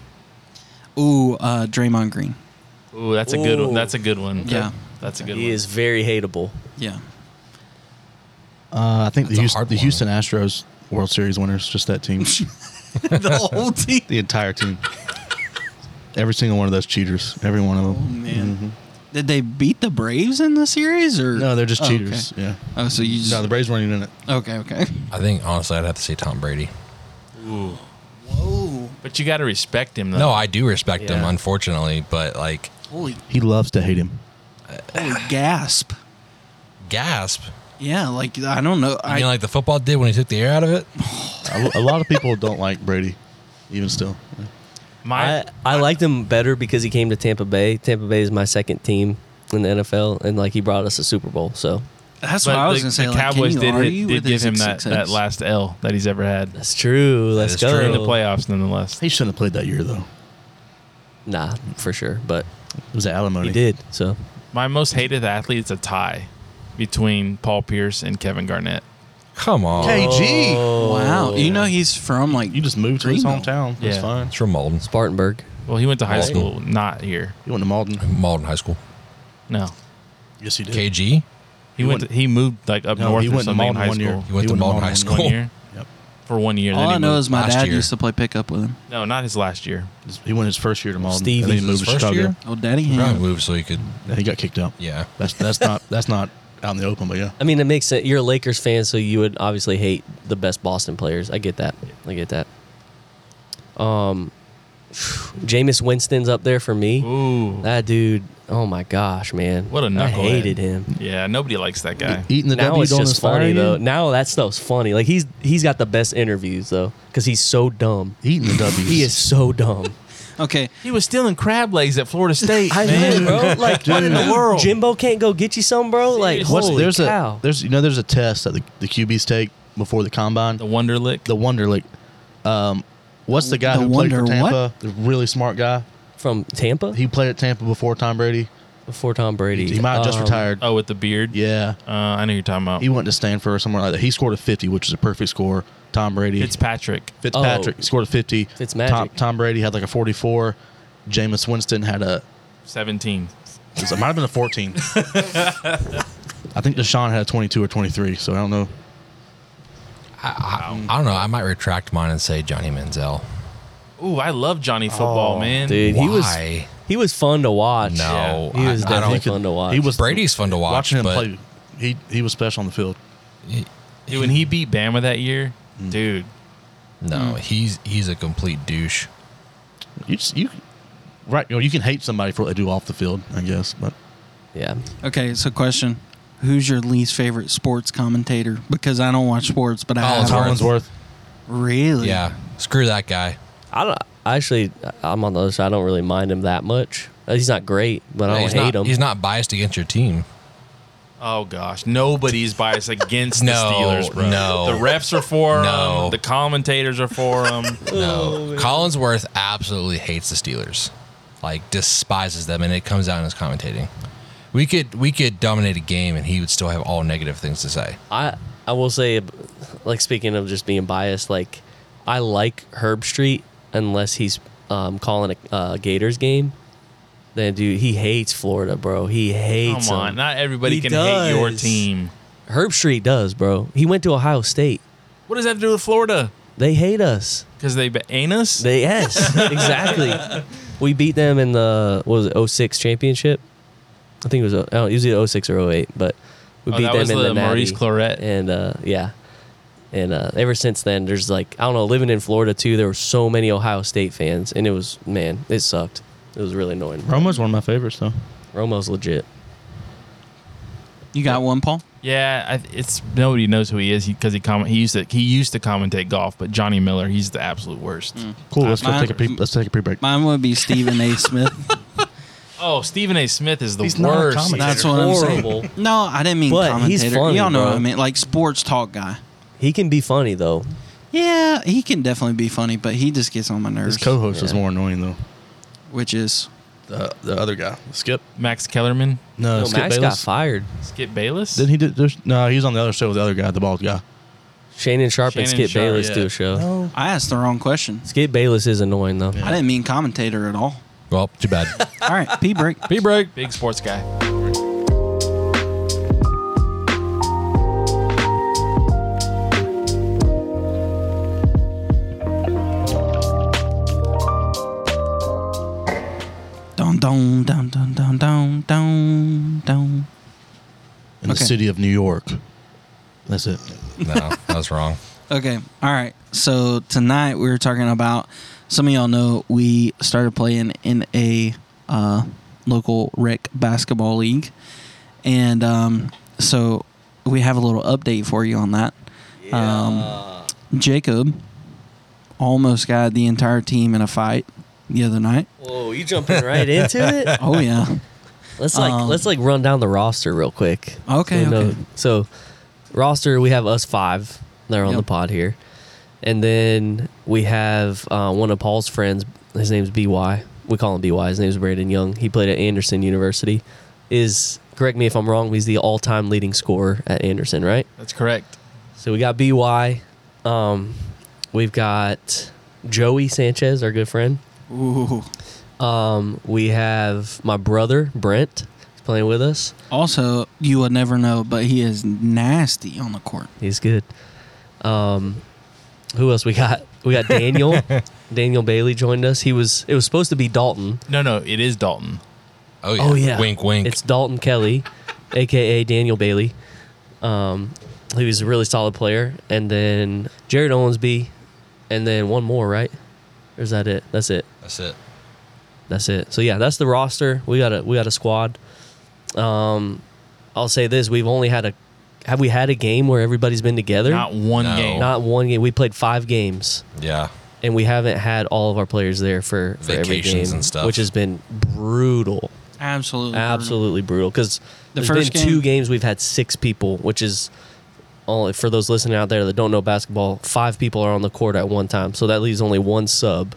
Speaker 2: Ooh, uh, Draymond Green.
Speaker 3: Ooh, that's a good one.
Speaker 1: Ooh.
Speaker 3: That's a good one.
Speaker 2: Yeah.
Speaker 3: that's a good
Speaker 1: He
Speaker 3: one.
Speaker 1: is very hateable.
Speaker 2: Yeah.
Speaker 5: Uh, I think the
Speaker 4: That's a
Speaker 5: Houston,
Speaker 4: hard
Speaker 5: the
Speaker 4: one.
Speaker 5: Houston Astros World Series winners, just that team,
Speaker 2: the whole team.
Speaker 5: the entire team. Every single one of those cheaters, every one of them.
Speaker 2: Oh man. Did they beat the Braves in the series or
Speaker 5: No, they're just
Speaker 2: Oh, okay.
Speaker 5: cheaters. Yeah.
Speaker 2: Oh, so you just
Speaker 5: No, the Braves weren't even in it.
Speaker 2: okay, okay.
Speaker 4: I think honestly, I'd have to say Tom Brady.
Speaker 3: Ooh.
Speaker 2: Whoa!
Speaker 3: But you got to respect him, though.
Speaker 4: No, I do respect him,
Speaker 1: Yeah.
Speaker 4: unfortunately, but like
Speaker 2: Holy,
Speaker 5: He loves to hate him.
Speaker 2: holy gasp!
Speaker 4: gasp.
Speaker 2: Yeah, like I don't know.
Speaker 4: I
Speaker 2: I
Speaker 4: mean, like the football did when he took the air out of it.
Speaker 5: A, a lot of people don't like Brady, even still.
Speaker 3: my
Speaker 1: I, I liked him better because he came to Tampa Bay. Tampa Bay is my second team in the NFL, and like he brought us a Super Bowl. So
Speaker 2: that's
Speaker 3: but
Speaker 2: what I was
Speaker 3: the,
Speaker 2: gonna say.
Speaker 3: the
Speaker 2: like,
Speaker 3: Cowboys
Speaker 2: can you
Speaker 3: did,
Speaker 2: argue
Speaker 3: it, did
Speaker 2: with
Speaker 3: give
Speaker 2: his
Speaker 3: him that, that
Speaker 2: success?
Speaker 3: last L that he's ever had
Speaker 1: that's true. Let's
Speaker 4: is
Speaker 1: go.
Speaker 4: true.
Speaker 3: in the playoffs, nonetheless.
Speaker 5: He shouldn't have played that year, though.
Speaker 1: Nah, for sure. But
Speaker 5: It was at Alimony.
Speaker 1: he did. So
Speaker 3: My most hated athlete is a tie between Paul Pierce and Kevin Garnett.
Speaker 4: Come on,
Speaker 5: KG.
Speaker 2: Wow, you know he's from like
Speaker 5: You just moved to his
Speaker 2: Greenville.
Speaker 5: Oh. hometown. It's
Speaker 3: Yeah.
Speaker 5: fine.
Speaker 4: it's from Malden.
Speaker 1: Spartanburg.
Speaker 3: Well, he went to high
Speaker 4: Right.
Speaker 3: school, not here.
Speaker 5: You went to Malden.
Speaker 4: Malden High School.
Speaker 3: No,
Speaker 5: Yes, he did.
Speaker 4: KG.
Speaker 3: he, went.
Speaker 5: went-
Speaker 3: to, he moved like up
Speaker 5: No,
Speaker 3: north
Speaker 5: he
Speaker 3: or
Speaker 5: went to
Speaker 3: something in
Speaker 5: Malden
Speaker 3: high
Speaker 5: one year.
Speaker 3: school.
Speaker 4: He went to
Speaker 5: went to
Speaker 4: Malden
Speaker 5: Malden
Speaker 4: High
Speaker 5: one
Speaker 4: School.
Speaker 3: One year
Speaker 5: Yep.
Speaker 3: for one year.
Speaker 2: All
Speaker 3: then
Speaker 2: I
Speaker 3: he
Speaker 2: know
Speaker 3: moved.
Speaker 2: is my
Speaker 4: last
Speaker 2: dad
Speaker 4: year.
Speaker 2: used to play pickup with him.
Speaker 3: no, not his last year.
Speaker 5: He went his first year to Malden.
Speaker 1: Stevie.
Speaker 5: and then he
Speaker 4: This
Speaker 5: moved
Speaker 4: is
Speaker 5: to
Speaker 4: his first
Speaker 5: Chicago.
Speaker 4: year?
Speaker 2: Oh, Daddy
Speaker 4: Probably
Speaker 2: Ham.
Speaker 4: moved so he could.
Speaker 5: And he got kicked out.
Speaker 4: Yeah.
Speaker 5: That's that's not that's not out in the open, but yeah.
Speaker 1: I mean, it makes sense. You're a Lakers fan, so you would obviously hate the best Boston players. I get that. I get that. Um, Jameis Winston's up there for me.
Speaker 3: Ooh,
Speaker 1: That dude. Oh my gosh, man.
Speaker 3: What a
Speaker 1: I
Speaker 3: knucklehead.
Speaker 1: hated him.
Speaker 3: yeah. Nobody likes that guy.
Speaker 5: Eating the
Speaker 1: now
Speaker 5: W
Speaker 1: it's
Speaker 5: don't
Speaker 1: just
Speaker 5: inspire
Speaker 1: funny
Speaker 5: you?
Speaker 1: though. Now that stuff's funny. Like he's he's got the best interviews though, because he's so dumb.
Speaker 5: Eating the W.
Speaker 1: He is so dumb.
Speaker 2: Okay,
Speaker 3: He was stealing crab legs at Florida State.
Speaker 1: I
Speaker 3: man.
Speaker 1: know, bro. Like
Speaker 3: What in the world?
Speaker 1: Jimbo can't go get you some, bro. Like
Speaker 3: Seriously.
Speaker 1: holy
Speaker 5: there's
Speaker 1: cow.
Speaker 5: a there's you know there's a test that the, the QBs take before the combine.
Speaker 3: The Wonderlick.
Speaker 5: The Wonder League. Um, what's the guy
Speaker 2: The
Speaker 5: who played
Speaker 2: Wonder
Speaker 5: for Tampa? The really smart guy.
Speaker 1: From Tampa.
Speaker 5: He played at Tampa before Tom Brady.
Speaker 1: before Tom Brady.
Speaker 5: He might have just
Speaker 1: Um,
Speaker 5: retired.
Speaker 3: Oh, with the beard.
Speaker 5: Yeah.
Speaker 3: Uh, I know you're talking about.
Speaker 5: He went to Stanford or somewhere like that. He scored a 50, which is a perfect score. Tom Brady.
Speaker 3: Fitzpatrick.
Speaker 5: Fitzpatrick
Speaker 1: Oh.
Speaker 5: scored a 50.
Speaker 1: Fitzmagic.
Speaker 5: Tom, Tom Brady had like a 44. Jameis Winston had a,
Speaker 3: 17.
Speaker 5: it was- it might have been a 14. I think Deshaun had a 22 or 23, so I don't know.
Speaker 4: I don't know. I might retract mine and say Johnny Manziel.
Speaker 3: Ooh, I love Johnny Football, man.
Speaker 1: Dude, he was
Speaker 4: Why?
Speaker 1: he was fun to watch.
Speaker 4: No,
Speaker 1: he was
Speaker 4: I- I don't-
Speaker 1: definitely
Speaker 4: he could-
Speaker 1: fun to watch.
Speaker 5: He was
Speaker 4: Brady's fun to watch.
Speaker 5: watching him
Speaker 4: but
Speaker 5: play. He he was special on the field.
Speaker 3: Dude, when he beat Bama that year, dude.
Speaker 1: Hmm.
Speaker 4: No, he's he's a complete douche.
Speaker 5: You just, you right. You, know, you can hate somebody for what they do off the field, I guess. But
Speaker 1: yeah.
Speaker 2: Okay, so question: Who's your least favorite sports commentator? Because I don't watch sports, but I
Speaker 4: Collinsworth.
Speaker 2: have-
Speaker 5: Collinsworth,
Speaker 2: really
Speaker 4: Yeah, screw that guy.
Speaker 1: I don't. I actually, I'm on the other side. I don't really mind him that much. Uh, He's not great, but I
Speaker 4: he's
Speaker 1: don't
Speaker 4: not,
Speaker 1: hate him.
Speaker 4: He's not biased against your team.
Speaker 3: Oh gosh, nobody's biased against
Speaker 4: No,
Speaker 3: the Steelers, bro.
Speaker 4: no.
Speaker 3: the refs are for
Speaker 4: No.
Speaker 3: them. The commentators are for them.
Speaker 1: Oh,
Speaker 4: No, Collinsworth absolutely hates the Steelers, like despises them, and it comes out in his commentating. We could we could dominate a game, and he would still have all negative things to say.
Speaker 1: I I will say, like speaking of just being biased, like I like Herb Street unless he's um, calling a uh, Gators game. Then dude, he hates Florida, bro. He
Speaker 3: Come
Speaker 1: hates 'em.
Speaker 3: on, not everybody
Speaker 1: He
Speaker 3: can hate your
Speaker 1: does.
Speaker 3: team.
Speaker 1: Herb Street does, bro. He went to Ohio State.
Speaker 3: What does that have to do with Florida?
Speaker 1: They hate us.
Speaker 3: Because they ba- ain't us.
Speaker 1: They yes, exactly. We beat them in the what was it 06 championship. I think it was oh, I don't, it was either 06 or 08, but we
Speaker 3: Oh,
Speaker 1: beat
Speaker 3: that
Speaker 1: them
Speaker 3: was
Speaker 1: in
Speaker 3: the
Speaker 1: the Natty.
Speaker 3: Maurice Claret.
Speaker 1: and uh, yeah, and uh, ever since then, there's like I don't know. Living in Florida too, there were so many Ohio State fans, and it was man, it sucked. It was really annoying.
Speaker 5: Romo's one of my favorites, though.
Speaker 1: Romo's legit.
Speaker 2: You got one, Paul?
Speaker 3: yeah, I, it's nobody knows who he is because he, comment he used to he used to commentate golf, but Johnny Miller, he's the absolute worst.
Speaker 5: Cool. Let's go
Speaker 2: Mine-
Speaker 5: take a pre, let's take a pre break.
Speaker 2: Mine would be Stephen A. Smith.
Speaker 3: Oh, Stephen A. Smith is the
Speaker 5: He's not a
Speaker 3: worst.
Speaker 5: commentator.
Speaker 2: That's what I'm
Speaker 1: Horrible.
Speaker 2: saying. No, I didn't mean
Speaker 1: But he's
Speaker 2: commentator.
Speaker 1: funny,
Speaker 2: Y'all know what
Speaker 1: bro.
Speaker 2: I mean, like sports talk guy.
Speaker 1: He can be funny though.
Speaker 2: Yeah, he can definitely be funny, but he just gets on my nerves.
Speaker 5: His co-host is
Speaker 1: Yeah.
Speaker 5: more annoying though.
Speaker 2: which is
Speaker 5: The the other guy, Skip.
Speaker 3: Max Kellerman,
Speaker 5: No,
Speaker 2: Uh,
Speaker 1: Yo,
Speaker 5: Skip
Speaker 1: Max got
Speaker 5: Bayless.
Speaker 1: fired.
Speaker 3: Skip Bayless.
Speaker 5: Didn't he? Do, there's- no, he was on the other show with the other guy, the bald guy.
Speaker 1: Shannon Sharp and
Speaker 3: Shannon
Speaker 1: Skip
Speaker 3: Sharp,
Speaker 1: Bayless
Speaker 3: yeah.
Speaker 1: do a show.
Speaker 2: I asked the wrong question.
Speaker 1: Skip Bayless is annoying though.
Speaker 2: I didn't mean commentator at all.
Speaker 4: Well, too bad.
Speaker 2: All right, pee break.
Speaker 3: B break, big sports guy.
Speaker 2: Dun dun dun dun dun dun dun dun.
Speaker 5: in
Speaker 2: Okay.
Speaker 5: the city of New York. That's it.
Speaker 4: no, that was wrong.
Speaker 2: Okay. All right. So tonight we were talking about some of y'all know we started playing in a uh, local rec basketball league, and um, so we have a little update for you on that. Um, Jacob almost got the entire team in a fight the other night.
Speaker 1: Whoa, you jumping right into it?
Speaker 2: Oh yeah.
Speaker 1: Let's like
Speaker 2: Um,
Speaker 1: let's like run down the roster real quick.
Speaker 2: Okay,
Speaker 1: You know,
Speaker 2: okay.
Speaker 1: So roster, we have us five that are on
Speaker 2: Yep.
Speaker 1: the pod here, and then we have uh, one of Paul's friends. His name's By. We call him By. His name's Brandon Young. He played at Anderson University. Is correct me if I'm wrong. He's the all-time leading scorer at Anderson, right?
Speaker 3: That's correct.
Speaker 1: So we got By. Um, we've got Joey Sanchez, our good friend.
Speaker 2: Ooh.
Speaker 1: Um, we have my brother Brent is playing with us.
Speaker 2: Also, you would never know, but he is nasty on the court.
Speaker 1: He's good. Um, who else we got? We got Daniel. Daniel Bailey joined us. He was. It was supposed to be Dalton.
Speaker 3: No, no, it is Dalton.
Speaker 4: Oh yeah.
Speaker 1: Oh yeah.
Speaker 4: Wink, wink.
Speaker 1: It's Dalton Kelly, aka Daniel Bailey. Um, he was a really solid player. And then Jared Owensby, and then one more, right? Or is that it? That's it.
Speaker 4: That's it.
Speaker 1: That's it. So yeah, that's the roster. We got a we got a squad. Um, I'll say this: we've only had a have we had a game where everybody's been together?
Speaker 3: Not one
Speaker 4: No.
Speaker 3: game.
Speaker 1: Not one game. We played five games,
Speaker 4: Yeah.
Speaker 1: and we haven't had all of our players there for, for every game,
Speaker 4: Vacations and stuff.
Speaker 1: which has been brutal,
Speaker 2: Absolutely.
Speaker 1: absolutely brutal. Because
Speaker 2: The
Speaker 1: the
Speaker 2: first
Speaker 1: been two
Speaker 2: game-
Speaker 1: games we've had six people, which is only for those listening out there that don't know basketball. Five people are on the court at one time, so that leaves only one sub.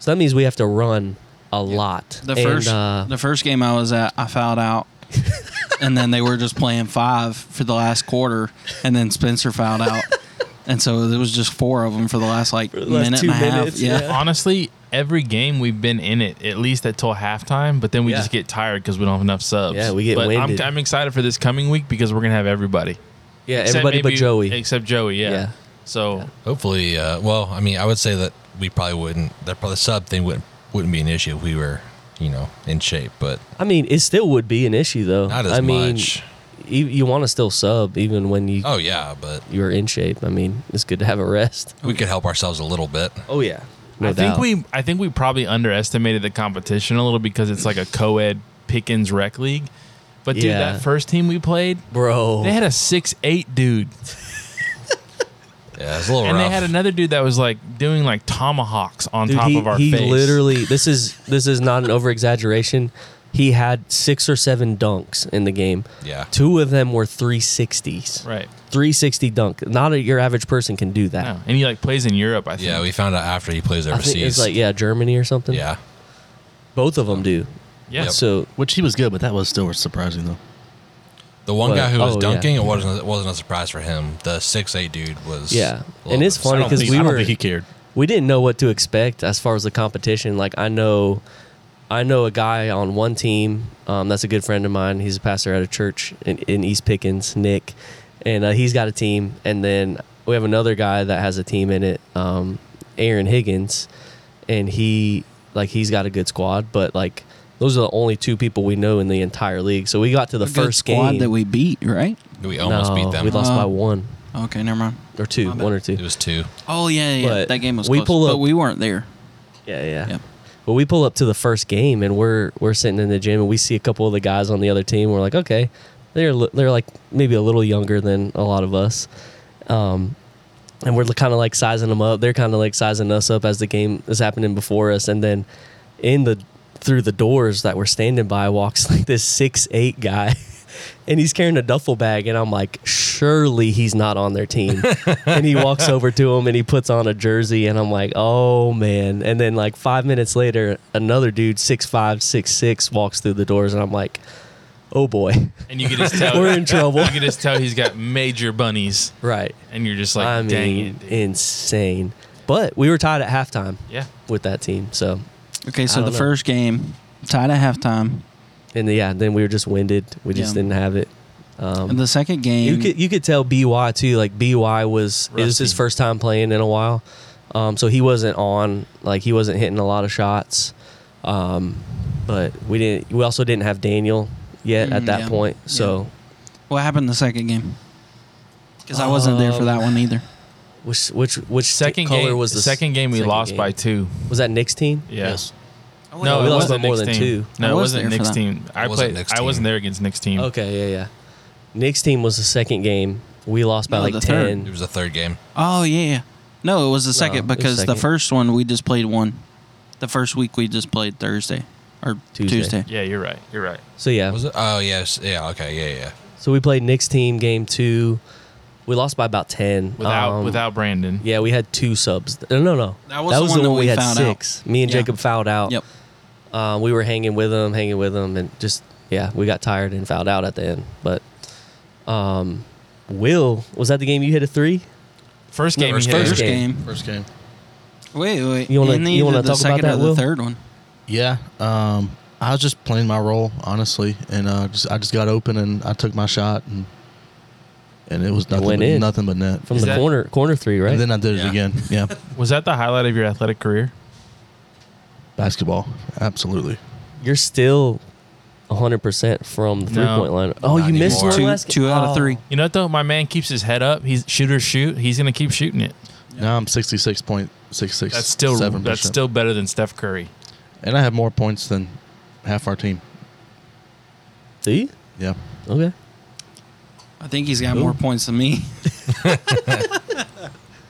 Speaker 1: So that means we have to run a lot.
Speaker 2: The
Speaker 1: And,
Speaker 2: first
Speaker 1: uh,
Speaker 2: the first game I was at, I fouled out, and then they were just playing five for the last quarter, and then Spencer fouled out, and so it was just four of them for the last like
Speaker 1: the last
Speaker 2: minute
Speaker 1: two
Speaker 2: and a half.
Speaker 1: minutes,
Speaker 2: yeah.
Speaker 1: yeah.
Speaker 3: Honestly, every game we've been in it, at least until halftime, but then we
Speaker 1: Yeah.
Speaker 3: just get tired because we don't have enough subs.
Speaker 1: Yeah, we get
Speaker 3: but
Speaker 1: winded.
Speaker 3: I'm, I'm excited for this coming week because we're going to have everybody.
Speaker 1: yeah,
Speaker 3: Except
Speaker 1: everybody but
Speaker 3: maybe-
Speaker 1: Joey.
Speaker 3: Except Joey, yeah.
Speaker 1: Yeah.
Speaker 3: So,
Speaker 4: Hopefully, uh, well, I mean, I would say that we probably wouldn't. That probably sub thing wouldn't wouldn't be an issue if we were, you know, in shape. But
Speaker 1: I mean, it still would be an issue though.
Speaker 4: Not as
Speaker 1: I mean,
Speaker 4: much.
Speaker 1: You, you want to still sub even when you
Speaker 4: oh yeah, but
Speaker 1: you're in shape. I mean, it's good to have a rest.
Speaker 4: we could help ourselves a little bit.
Speaker 1: Oh yeah, no
Speaker 3: I
Speaker 1: doubt.
Speaker 3: think we I think we probably underestimated the competition a little because it's like a co-ed Pickens rec league. But dude,
Speaker 1: Yeah.
Speaker 3: that first team we played,
Speaker 1: bro.
Speaker 3: they had a six eight dude,
Speaker 4: Yeah, it's a little
Speaker 3: and
Speaker 4: rough.
Speaker 3: they had another dude that was like doing like tomahawks on
Speaker 1: Dude,
Speaker 3: top
Speaker 1: he,
Speaker 3: of our
Speaker 1: he
Speaker 3: face.
Speaker 1: literally. This is this is not an over exaggeration. He had six or seven dunks in the game.
Speaker 4: yeah,
Speaker 1: Two of them were 360s.
Speaker 3: right.
Speaker 1: 360 dunk. Not a, your average person can do that.
Speaker 3: No. And he like plays in Europe, I think.
Speaker 4: yeah. We found out after he plays
Speaker 1: I
Speaker 4: overseas.
Speaker 1: think it's like yeah, Germany or something.
Speaker 4: yeah,
Speaker 1: both of them do.
Speaker 3: yeah.
Speaker 4: Yep.
Speaker 1: So
Speaker 5: Which he was good, but that was still surprising though.
Speaker 4: the one
Speaker 1: But-
Speaker 4: guy who was
Speaker 1: oh, yeah.
Speaker 4: dunking, it wasn't it wasn't a surprise for him. The six eight dude was
Speaker 1: Yeah.
Speaker 4: a little
Speaker 1: And it's
Speaker 4: bit-
Speaker 1: funny-
Speaker 5: I don't,
Speaker 1: because
Speaker 5: think,
Speaker 1: we
Speaker 5: I don't
Speaker 1: were-
Speaker 5: think he cared.
Speaker 1: we didn't know what to expect as far as the competition. Like I know, I know a guy on one team um, that's a good friend of mine. He's a pastor at a church in, in East Pickens, Nick, and uh, he's got a team. And then we have another guy that has a team in it, um, Aaron Higgins, and he like he's got a good squad, but like. Those are the only two people we know in the entire league. So we got to the
Speaker 2: A good
Speaker 1: first
Speaker 2: squad
Speaker 1: game.
Speaker 2: that we beat, right?
Speaker 4: We almost
Speaker 1: No,
Speaker 4: beat them.
Speaker 1: We lost by
Speaker 2: Oh.
Speaker 1: one
Speaker 2: Okay, never mind.
Speaker 1: or two,
Speaker 2: My bad.
Speaker 1: one or two.
Speaker 4: It was two.
Speaker 2: Oh yeah, yeah.
Speaker 1: But
Speaker 2: that game was
Speaker 1: we
Speaker 2: close,
Speaker 1: pull up-
Speaker 2: but we weren't there.
Speaker 1: Yeah, yeah.
Speaker 2: Yep.
Speaker 1: But we pull up to the first game and we're we're sitting in the gym and we see a couple of the guys on the other team. We're like, okay, they're li- they're like maybe a little younger than a lot of us, um, and we're kind of like sizing them up. They're kind of like sizing us up as the game is happening before us, and then in the through the doors that we're standing by walks like this six eight guy. And he's carrying a duffel bag, and I'm like, surely he's not on their team. and he walks over to him and he puts on a jersey, and I'm like, oh man. And then like five minutes later, another dude, six five, six six, walks through the doors, and I'm like, oh boy,
Speaker 3: And you could just tell
Speaker 1: we're in trouble.
Speaker 3: you could just tell he's got major bunnies,
Speaker 1: right?
Speaker 3: and you're just like,
Speaker 1: I
Speaker 3: dang
Speaker 1: mean,
Speaker 3: it, dude."
Speaker 1: insane. But we were tied at halftime
Speaker 3: yeah.
Speaker 1: with that team, so
Speaker 2: Okay, so
Speaker 1: don't
Speaker 2: the
Speaker 1: know.
Speaker 2: first game tied at halftime,
Speaker 1: and yeah, then we were just winded. We just
Speaker 2: Yeah.
Speaker 1: didn't have it.
Speaker 2: and
Speaker 1: Um,
Speaker 2: the second game.
Speaker 1: you could you could tell By too. Like By was it was his
Speaker 3: Rusty.
Speaker 1: first time playing in a while, um, so he wasn't on. Like he wasn't hitting a lot of shots, um, but we didn't. We also didn't have Daniel yet at
Speaker 2: Mm,
Speaker 1: that
Speaker 2: yeah.
Speaker 1: point. So
Speaker 2: what happened the second game? Because I wasn't there for
Speaker 1: Um,
Speaker 2: that one either.
Speaker 1: which which which
Speaker 3: Second
Speaker 1: color
Speaker 3: game
Speaker 1: was the s-
Speaker 3: second game we
Speaker 1: second
Speaker 3: lost
Speaker 1: game?
Speaker 3: by two.
Speaker 1: Was that Nick's team?
Speaker 3: Yeah.
Speaker 5: Yes.
Speaker 1: No,
Speaker 3: No,
Speaker 1: we
Speaker 3: it
Speaker 1: lost
Speaker 3: wasn't
Speaker 1: by more
Speaker 3: Nick's
Speaker 1: than
Speaker 3: team.
Speaker 1: two.
Speaker 3: No,
Speaker 2: I
Speaker 3: it
Speaker 2: was
Speaker 3: wasn't
Speaker 2: there for
Speaker 3: Nick's
Speaker 2: that.
Speaker 3: team. I
Speaker 4: wasn't
Speaker 3: played.
Speaker 4: Nick's
Speaker 3: I wasn't
Speaker 4: team.
Speaker 3: there against Nick's team.
Speaker 1: Okay, yeah, yeah. Nick's team was the second game. We lost by
Speaker 2: No,
Speaker 1: like
Speaker 2: the third.
Speaker 1: ten.
Speaker 4: It was the third game.
Speaker 2: Oh yeah, yeah. No, it was the second
Speaker 1: it was
Speaker 2: because the
Speaker 1: second.
Speaker 2: first one we just played one. The first week we just played Thursday or
Speaker 1: Tuesday.
Speaker 2: Tuesday.
Speaker 3: Yeah, you're right. You're right.
Speaker 1: So yeah,
Speaker 4: Was it? Oh yes. Yeah. Okay. Yeah. Yeah.
Speaker 1: so we played Nick's team game two. We lost by about ten.
Speaker 3: Without
Speaker 1: Um,
Speaker 3: without Brandon.
Speaker 1: Yeah, we had two subs. No, no, no.
Speaker 2: That was the one that we
Speaker 1: had
Speaker 2: fouled out.
Speaker 1: six. Me and
Speaker 2: Yeah.
Speaker 1: Jacob fouled out.
Speaker 2: Yep.
Speaker 1: Um, we were hanging with them, hanging with them, and just yeah, we got tired and fouled out at the end. But um, Will was that the game you hit a three?
Speaker 3: First game.
Speaker 4: first
Speaker 3: he
Speaker 4: game.
Speaker 3: hit.
Speaker 2: First
Speaker 1: First
Speaker 2: game.
Speaker 5: First game.
Speaker 2: Wait, wait.
Speaker 1: You wanna-
Speaker 2: Andy
Speaker 1: you wanna
Speaker 2: did the
Speaker 1: talk about
Speaker 2: second
Speaker 1: that,
Speaker 2: or the
Speaker 1: Will?
Speaker 2: third one?
Speaker 5: Yeah. Um, I was just playing my role honestly, and uh, just I just got open and I took my shot and and it was nothing
Speaker 1: went
Speaker 5: but,
Speaker 1: in.
Speaker 5: nothing but net.
Speaker 1: From
Speaker 3: Is
Speaker 1: the
Speaker 3: that-
Speaker 1: corner, corner three, right?
Speaker 5: And then I did
Speaker 4: Yeah.
Speaker 5: it again. Yeah.
Speaker 3: Was that the highlight of your athletic career?
Speaker 5: Basketball. Absolutely.
Speaker 1: You're still 100 percent from the three point line. Oh,
Speaker 4: Not
Speaker 1: you missed
Speaker 4: anymore.
Speaker 1: one
Speaker 2: Two,
Speaker 1: last game?
Speaker 2: two out
Speaker 1: Oh.
Speaker 2: of three.
Speaker 3: You know what though? My man keeps his head up. He's shooters shoot. He's gonna keep shooting it.
Speaker 5: Now I'm 66.66.
Speaker 3: That's still
Speaker 5: 7%.
Speaker 3: that's still better than Steph Curry.
Speaker 5: And I have more points than half our team.
Speaker 1: Do you?
Speaker 5: Yeah.
Speaker 1: Okay.
Speaker 2: I think he's got
Speaker 1: Ooh.
Speaker 2: more points than me.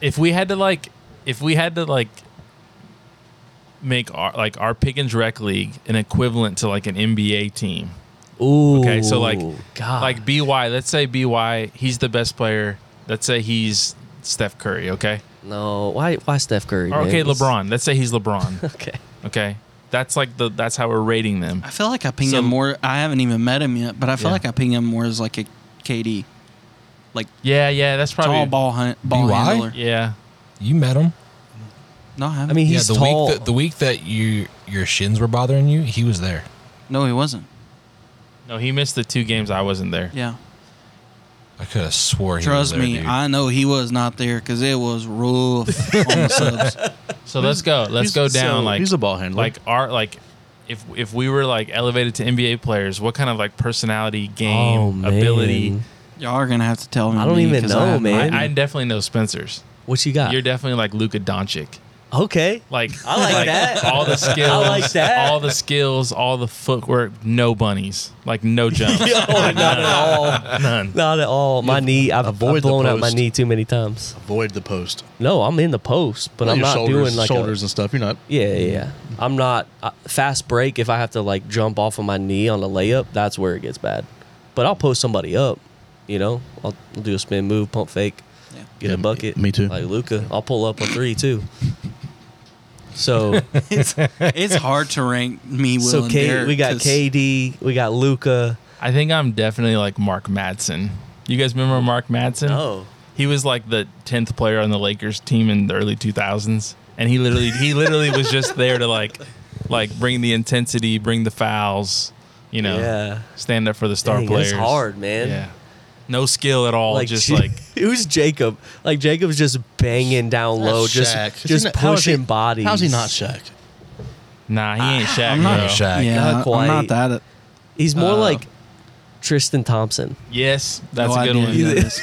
Speaker 3: If we had to like, if we had to like, make our like our Pickens Rec League an equivalent to like an NBA team.
Speaker 1: Ooh.
Speaker 3: Okay, so, like-
Speaker 1: God,
Speaker 3: Like By, let's say By, he's the best player. Let's say he's Steph Curry. Okay.
Speaker 1: no, why, why Steph Curry?
Speaker 3: Or, okay,
Speaker 1: man? Let's-
Speaker 3: LeBron. Let's say he's LeBron.
Speaker 1: Okay.
Speaker 3: Okay. That's like the that's how we're rating them.
Speaker 2: I feel like I ping
Speaker 3: So-
Speaker 2: him more. I haven't even met him yet, but I feel
Speaker 3: Yeah.
Speaker 2: like I ping him more as like a KD.
Speaker 3: Yeah, yeah, that's
Speaker 2: Tall
Speaker 3: probably
Speaker 2: ball hunt, ball
Speaker 4: BY?
Speaker 2: handler.
Speaker 3: yeah.
Speaker 4: You met him.
Speaker 2: No, I haven't.
Speaker 1: I mean, he's
Speaker 4: yeah, the
Speaker 1: tall.
Speaker 4: week that, the week that you your shins were bothering you, he was there.
Speaker 2: no, he wasn't.
Speaker 3: No, he missed the two games I wasn't there.
Speaker 2: Yeah,
Speaker 4: I could have swore. he was
Speaker 2: trust
Speaker 4: there,
Speaker 2: me,
Speaker 4: dude.
Speaker 2: I know he was not there because it was rough on the subs.
Speaker 3: So let's go. Let's
Speaker 5: He's-
Speaker 3: go down
Speaker 5: so
Speaker 3: like
Speaker 5: he's a ball handler.
Speaker 3: Mm-hmm. like our like if if we were like elevated to NBA players, what kind of like personality,
Speaker 1: Oh,
Speaker 3: game,
Speaker 1: man.
Speaker 3: ability?
Speaker 2: Y'all are gonna have to tell me.
Speaker 1: I don't
Speaker 2: me,
Speaker 1: even
Speaker 2: 'cause
Speaker 1: know,
Speaker 2: haven't-
Speaker 1: man.
Speaker 3: I, I definitely know Spencer's.
Speaker 1: What you got?
Speaker 3: You're definitely like Luka Doncic.
Speaker 1: okay.
Speaker 3: Like
Speaker 1: I like that.
Speaker 3: All the skills.
Speaker 1: I like that.
Speaker 3: All the skills. All the footwork. No bunnies. Like no jumps.
Speaker 1: Yo, not at all.
Speaker 3: None.
Speaker 1: Not at all. My knee. I've, I've
Speaker 5: avoid the
Speaker 1: blown out my
Speaker 5: post.
Speaker 1: knee too many times.
Speaker 5: Avoid the post.
Speaker 1: No, I'm in the post, but
Speaker 5: Well,
Speaker 1: I'm
Speaker 5: your
Speaker 1: not
Speaker 5: shoulders,
Speaker 1: doing like a,
Speaker 5: shoulders and stuff. You're not.
Speaker 1: Yeah, yeah, yeah. I'm not uh, fast break. If I have to like jump off of my knee on a layup, that's where it gets bad. But I'll post somebody up. You know, I'll, I'll do a spin move, pump fake,
Speaker 2: Yeah.
Speaker 1: get
Speaker 5: Yeah,
Speaker 1: a
Speaker 5: me-
Speaker 1: bucket.
Speaker 5: me too.
Speaker 1: Like Luca, I'll pull up a three too. So
Speaker 2: It's hard to rank me. Will
Speaker 1: so
Speaker 2: and
Speaker 1: K,
Speaker 2: Derek
Speaker 1: we got
Speaker 2: 'cause
Speaker 1: KD, we got Luca.
Speaker 3: I think I'm definitely like Mark Madsen. You guys remember Mark Madsen?
Speaker 1: No.
Speaker 3: He was like the tenth player on the Lakers team in the early 2000s, and he literally he literally was just there to like like bring the intensity, bring the fouls, you know,
Speaker 1: Yeah.
Speaker 3: stand up for the star
Speaker 1: Dang,
Speaker 3: players.
Speaker 1: That's hard, man.
Speaker 3: Yeah, no skill at all. just like
Speaker 1: who's Jacob? Like Jacob's just banging down low,
Speaker 5: That's
Speaker 1: just
Speaker 5: Shaq. Is he
Speaker 1: just
Speaker 5: not- how is he-
Speaker 1: pushing bodies.
Speaker 5: How's he not Shaq?
Speaker 3: nah, he ain't Shaq.
Speaker 2: I'm not
Speaker 3: bro.
Speaker 4: Shaq.
Speaker 1: Not
Speaker 2: Yeah,
Speaker 1: quite.
Speaker 2: I'm not that. No
Speaker 1: He's more
Speaker 3: Uh,
Speaker 1: like Tristan Thompson.
Speaker 3: Yes, that's a good
Speaker 2: idea
Speaker 3: one.
Speaker 2: who that is.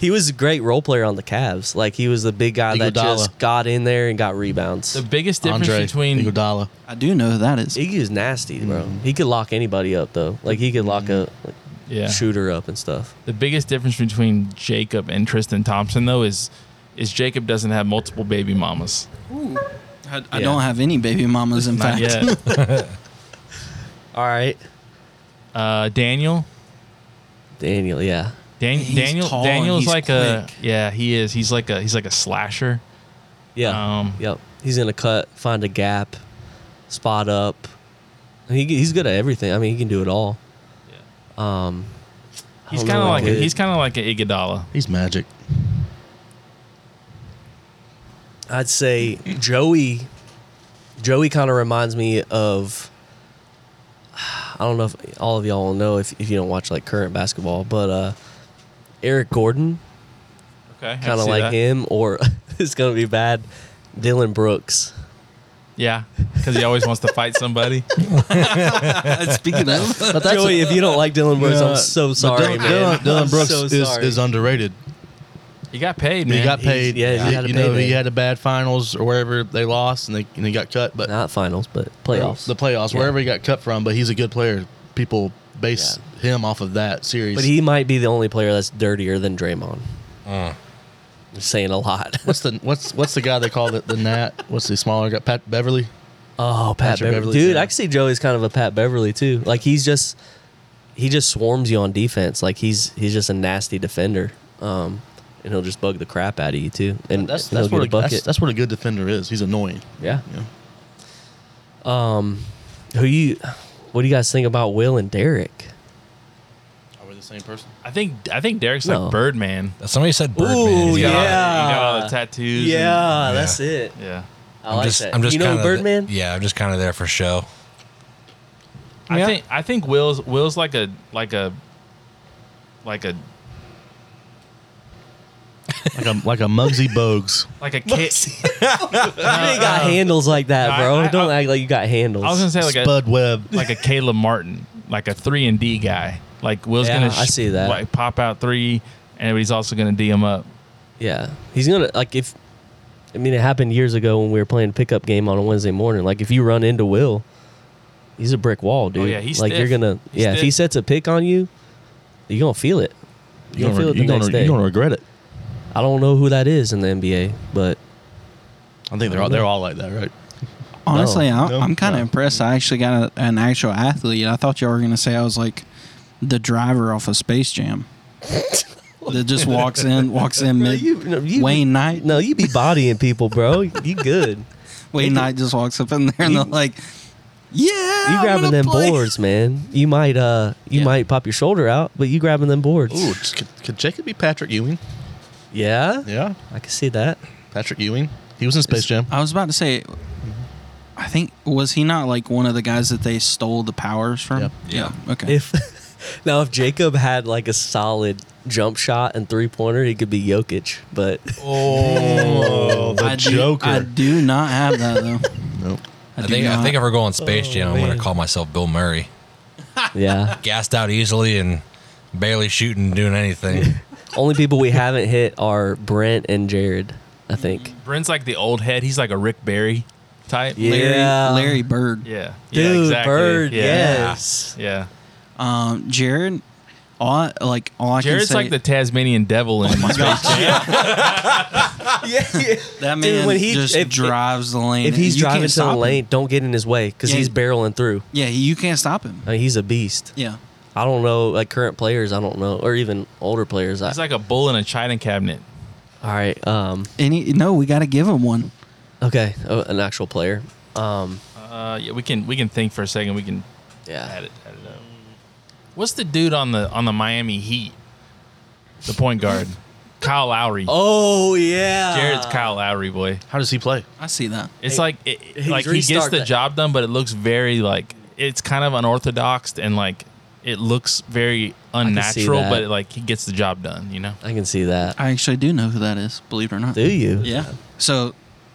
Speaker 1: He was a great role player on the Cavs. Like he was the big guy that
Speaker 5: Iguodala.
Speaker 1: just got in there and got rebounds.
Speaker 3: The biggest difference
Speaker 5: Andre
Speaker 3: between
Speaker 5: Iguodala.
Speaker 2: I do know who that is.
Speaker 1: he was nasty, bro.
Speaker 3: Mm-hmm.
Speaker 1: He could lock anybody up though. Like he could lock a like,
Speaker 3: yeah.
Speaker 1: shooter up and stuff.
Speaker 3: The biggest difference between Jacob and Tristan Thompson though is is Jacob doesn't have multiple baby mamas.
Speaker 2: I, I
Speaker 1: Yeah.
Speaker 2: don't have any baby mamas. In
Speaker 3: Not
Speaker 2: fact,
Speaker 3: yet.
Speaker 1: All right,
Speaker 3: Uh, Daniel.
Speaker 1: Daniel. Yeah,
Speaker 3: Dan-
Speaker 2: He's
Speaker 3: Daniel.
Speaker 2: tall and
Speaker 3: Daniel's
Speaker 2: he's
Speaker 3: like a
Speaker 2: quick.
Speaker 3: yeah. He is. He's like a he's like a slasher.
Speaker 1: yeah,
Speaker 3: Um,
Speaker 1: yep. He's gonna cut, find a gap, spot up. He, he's good at everything. I mean, he can do it all. Um, I
Speaker 3: He's
Speaker 1: don't
Speaker 3: kind of
Speaker 1: know
Speaker 3: like a,
Speaker 1: about
Speaker 3: he's
Speaker 1: it.
Speaker 3: kind of like an Iguodala.
Speaker 5: He's magic.
Speaker 1: I'd say Joey. Joey kind of reminds me of. I don't know if all of y'all will know if, if you don't watch like current basketball, but uh, Eric Gordon,
Speaker 3: Okay.
Speaker 1: kind of like him, or it's gonna be bad. Dylan Brooks.
Speaker 3: Yeah, because he always wants to fight somebody.
Speaker 2: speaking of,
Speaker 1: But Joey, if you don't like Dylan Brooks, I'm so sorry,
Speaker 5: Dylan,
Speaker 1: man.
Speaker 5: Dylan, Dylan
Speaker 1: I'm
Speaker 5: Brooks
Speaker 1: so
Speaker 5: is,
Speaker 1: sorry.
Speaker 5: is underrated.
Speaker 3: He got paid, man.
Speaker 5: he got
Speaker 1: he's-
Speaker 5: paid.
Speaker 1: yeah, he
Speaker 5: you,
Speaker 1: had a
Speaker 5: you know,
Speaker 1: payday.
Speaker 5: he had a bad finals or wherever they lost and they and he got cut. But
Speaker 1: not finals, but playoffs.
Speaker 5: the playoffs,
Speaker 1: Yeah.
Speaker 5: wherever he got cut from. But he's a good player. People base him off of that series.
Speaker 1: but he might be the only player that's dirtier than Draymond.
Speaker 5: Uh.
Speaker 1: I'm saying a lot.
Speaker 5: what's the what's what's the guy they call the, the Nat? What's the smaller guy? Pat Beverly.
Speaker 1: Oh, Pat
Speaker 5: Patrick
Speaker 1: Beverly.
Speaker 5: Beverley,
Speaker 1: Dude,
Speaker 5: yeah.
Speaker 1: I can see Joey's kind of a Pat Beverly too. Like he's just he just swarms you on defense. Like he's he's just a nasty defender. Um and he'll just bug the crap out of you too. And
Speaker 5: That's
Speaker 1: and
Speaker 5: that's
Speaker 1: he'll
Speaker 5: what
Speaker 1: get
Speaker 5: a,
Speaker 1: a bucket.
Speaker 5: that's, that's what a good defender is. He's annoying.
Speaker 1: yeah.
Speaker 5: You know?
Speaker 1: Um who you what do you guys think about Will and Derek?
Speaker 5: Are we the same person?
Speaker 3: I think I think Derek's
Speaker 1: No.
Speaker 3: like Birdman.
Speaker 4: Somebody said Birdman.
Speaker 1: Ooh,
Speaker 4: He's got all-
Speaker 3: He
Speaker 1: Yeah.
Speaker 3: got all the tattoos. and-
Speaker 4: Yeah. that's
Speaker 1: it.
Speaker 3: yeah.
Speaker 1: I
Speaker 4: I'm
Speaker 1: like
Speaker 4: just,
Speaker 1: that.
Speaker 4: I'm just
Speaker 1: you know
Speaker 4: kinda
Speaker 1: Birdman?
Speaker 4: yeah, I'm just kind of there for show.
Speaker 3: I
Speaker 2: Yeah.
Speaker 3: think I think Will's Will's like a like a like a
Speaker 5: Like a like a Muggsy Bogues.
Speaker 3: like a kid.
Speaker 1: You ain't got handles like that,
Speaker 3: I-
Speaker 1: bro.
Speaker 3: I-
Speaker 1: Don't
Speaker 3: I-
Speaker 1: act like you got handles.
Speaker 3: I was gonna say like a
Speaker 5: Spud Webb.
Speaker 3: like a Caleb Martin, like a three and D guy. Like Will's
Speaker 1: Yeah,
Speaker 3: gonna
Speaker 1: I see that.
Speaker 3: like pop out three, and he's also gonna D him up.
Speaker 1: Yeah, he's gonna like if. I mean, it happened years ago when we were playing pickup game on a Wednesday morning. Like if you run into Will, he's a brick wall, dude.
Speaker 3: yeah, he's
Speaker 1: like you're
Speaker 3: stiff.
Speaker 1: gonna
Speaker 3: He's
Speaker 1: yeah. If he
Speaker 3: stiff.
Speaker 1: sets a pick on you, you're gonna feel it. You're gonna feel it the
Speaker 5: you're
Speaker 1: next
Speaker 5: gonna,
Speaker 1: day.
Speaker 5: you're gonna regret it.
Speaker 1: I don't know who that is in the NBA, but
Speaker 5: I think they're all, they're all like that, right?
Speaker 2: honestly, I,
Speaker 5: No.
Speaker 2: I'm kind of
Speaker 5: No.
Speaker 2: impressed. I actually got a, an actual athlete. I thought y'all were gonna say I was like the driver off of Space Jam. that just walks in, walks in mid.
Speaker 1: no, you
Speaker 2: Wayne Knight.
Speaker 1: No, you be bodying people, bro. You good?
Speaker 2: Wayne Knight just walks up in there and they're like, "Yeah,
Speaker 1: You
Speaker 2: I'm
Speaker 1: grabbing
Speaker 2: gonna
Speaker 1: them
Speaker 2: play."
Speaker 1: boards, man. You might uh you
Speaker 2: Yeah.
Speaker 1: might pop your shoulder out, but you grabbing them boards.
Speaker 5: Ooh, just- could, could Jacob be Patrick Ewing?
Speaker 1: Yeah?
Speaker 5: Yeah,
Speaker 1: I can see that.
Speaker 5: Patrick Ewing. He was in Space Jam.
Speaker 2: I was about to say, I think was he not like one of the guys that they stole the powers from?
Speaker 5: Yep.
Speaker 2: Yeah. Okay.
Speaker 1: If now if Jacob had like a solid jump shot and three pointer, he could be Jokic. But
Speaker 5: Oh, the
Speaker 2: I do,
Speaker 5: Joker.
Speaker 2: I do not have that though.
Speaker 5: Nope.
Speaker 2: I,
Speaker 4: I
Speaker 2: do
Speaker 4: think I
Speaker 2: not.
Speaker 4: think if we're going Space
Speaker 1: Oh,
Speaker 4: Jam, I'm
Speaker 1: man.
Speaker 4: gonna call myself Bill Murray.
Speaker 1: yeah,
Speaker 4: Gassed out easily and barely shooting, doing anything.
Speaker 1: only people we haven't hit are Brent and Jared. I think.
Speaker 3: Brent's like the old head. He's like a Rick Barry type.
Speaker 1: Yeah.
Speaker 2: Larry,
Speaker 1: Yeah.
Speaker 2: Larry Bird.
Speaker 3: Yeah.
Speaker 1: Dude,
Speaker 3: yeah, exactly.
Speaker 1: Bird.
Speaker 3: Yeah.
Speaker 1: Yes.
Speaker 3: Yeah.
Speaker 2: Um, Jared, all like all I
Speaker 3: Jared's
Speaker 2: can say,
Speaker 3: like the Tasmanian devil
Speaker 1: Oh
Speaker 3: in Space Jam.
Speaker 1: Yeah.
Speaker 2: that man
Speaker 1: Dude, when he-
Speaker 2: just
Speaker 1: if-
Speaker 2: drives the lane.
Speaker 1: If he's
Speaker 2: You can't
Speaker 1: driving to the
Speaker 2: stop him.
Speaker 1: lane, don't get in his way because
Speaker 2: Yeah.
Speaker 1: he's barreling through.
Speaker 2: yeah, you can't stop him.
Speaker 1: I mean, he's a beast.
Speaker 2: Yeah.
Speaker 1: I don't know, like current players, I don't know, or even older players. I,
Speaker 3: He's like a bull in a china cabinet.
Speaker 1: all right, um,
Speaker 2: Any no, we got to give him one.
Speaker 1: okay, oh, an actual player. Um,
Speaker 3: Uh, yeah, we can we can think for a second. We can
Speaker 1: yeah,
Speaker 3: add it. Add it up. What's the dude on the on the Miami Heat? The point guard, Kyle Lowry.
Speaker 1: Oh yeah,
Speaker 3: Jared's Kyle Lowry boy.
Speaker 5: How does he play?
Speaker 2: I see that.
Speaker 3: It's
Speaker 1: Hey,
Speaker 3: like it, it-
Speaker 1: he's
Speaker 3: like he gets
Speaker 1: restarted
Speaker 3: the
Speaker 1: that.
Speaker 3: job done, but it looks very like it's kind of unorthodox and like it looks very
Speaker 1: see
Speaker 3: unnatural,
Speaker 1: that.
Speaker 3: but like he gets the job done. You know,
Speaker 1: I can see that.
Speaker 2: I actually do know who that is. Believe it or not.
Speaker 1: Do you?
Speaker 2: Yeah. So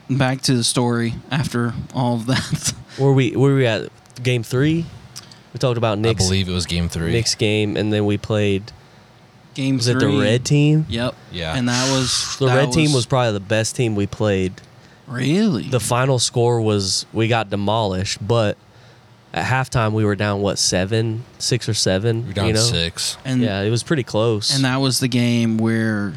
Speaker 2: back to the story after all of that.
Speaker 1: Where we where we at? Game three. We talked about
Speaker 4: I
Speaker 1: Nick's
Speaker 4: believe it was game three.
Speaker 1: Nick's game, and then we played.
Speaker 2: Game
Speaker 1: Was
Speaker 2: three.
Speaker 1: it the red team?
Speaker 2: Yep.
Speaker 4: Yeah.
Speaker 2: And that was
Speaker 1: The
Speaker 2: that
Speaker 1: red team was probably the best team we played.
Speaker 2: really
Speaker 1: The final score was we got demolished, but at halftime we were down what seven, six or seven.
Speaker 4: We're down
Speaker 1: you know?
Speaker 4: six.
Speaker 2: and
Speaker 1: yeah, it was pretty close.
Speaker 2: and that was the game where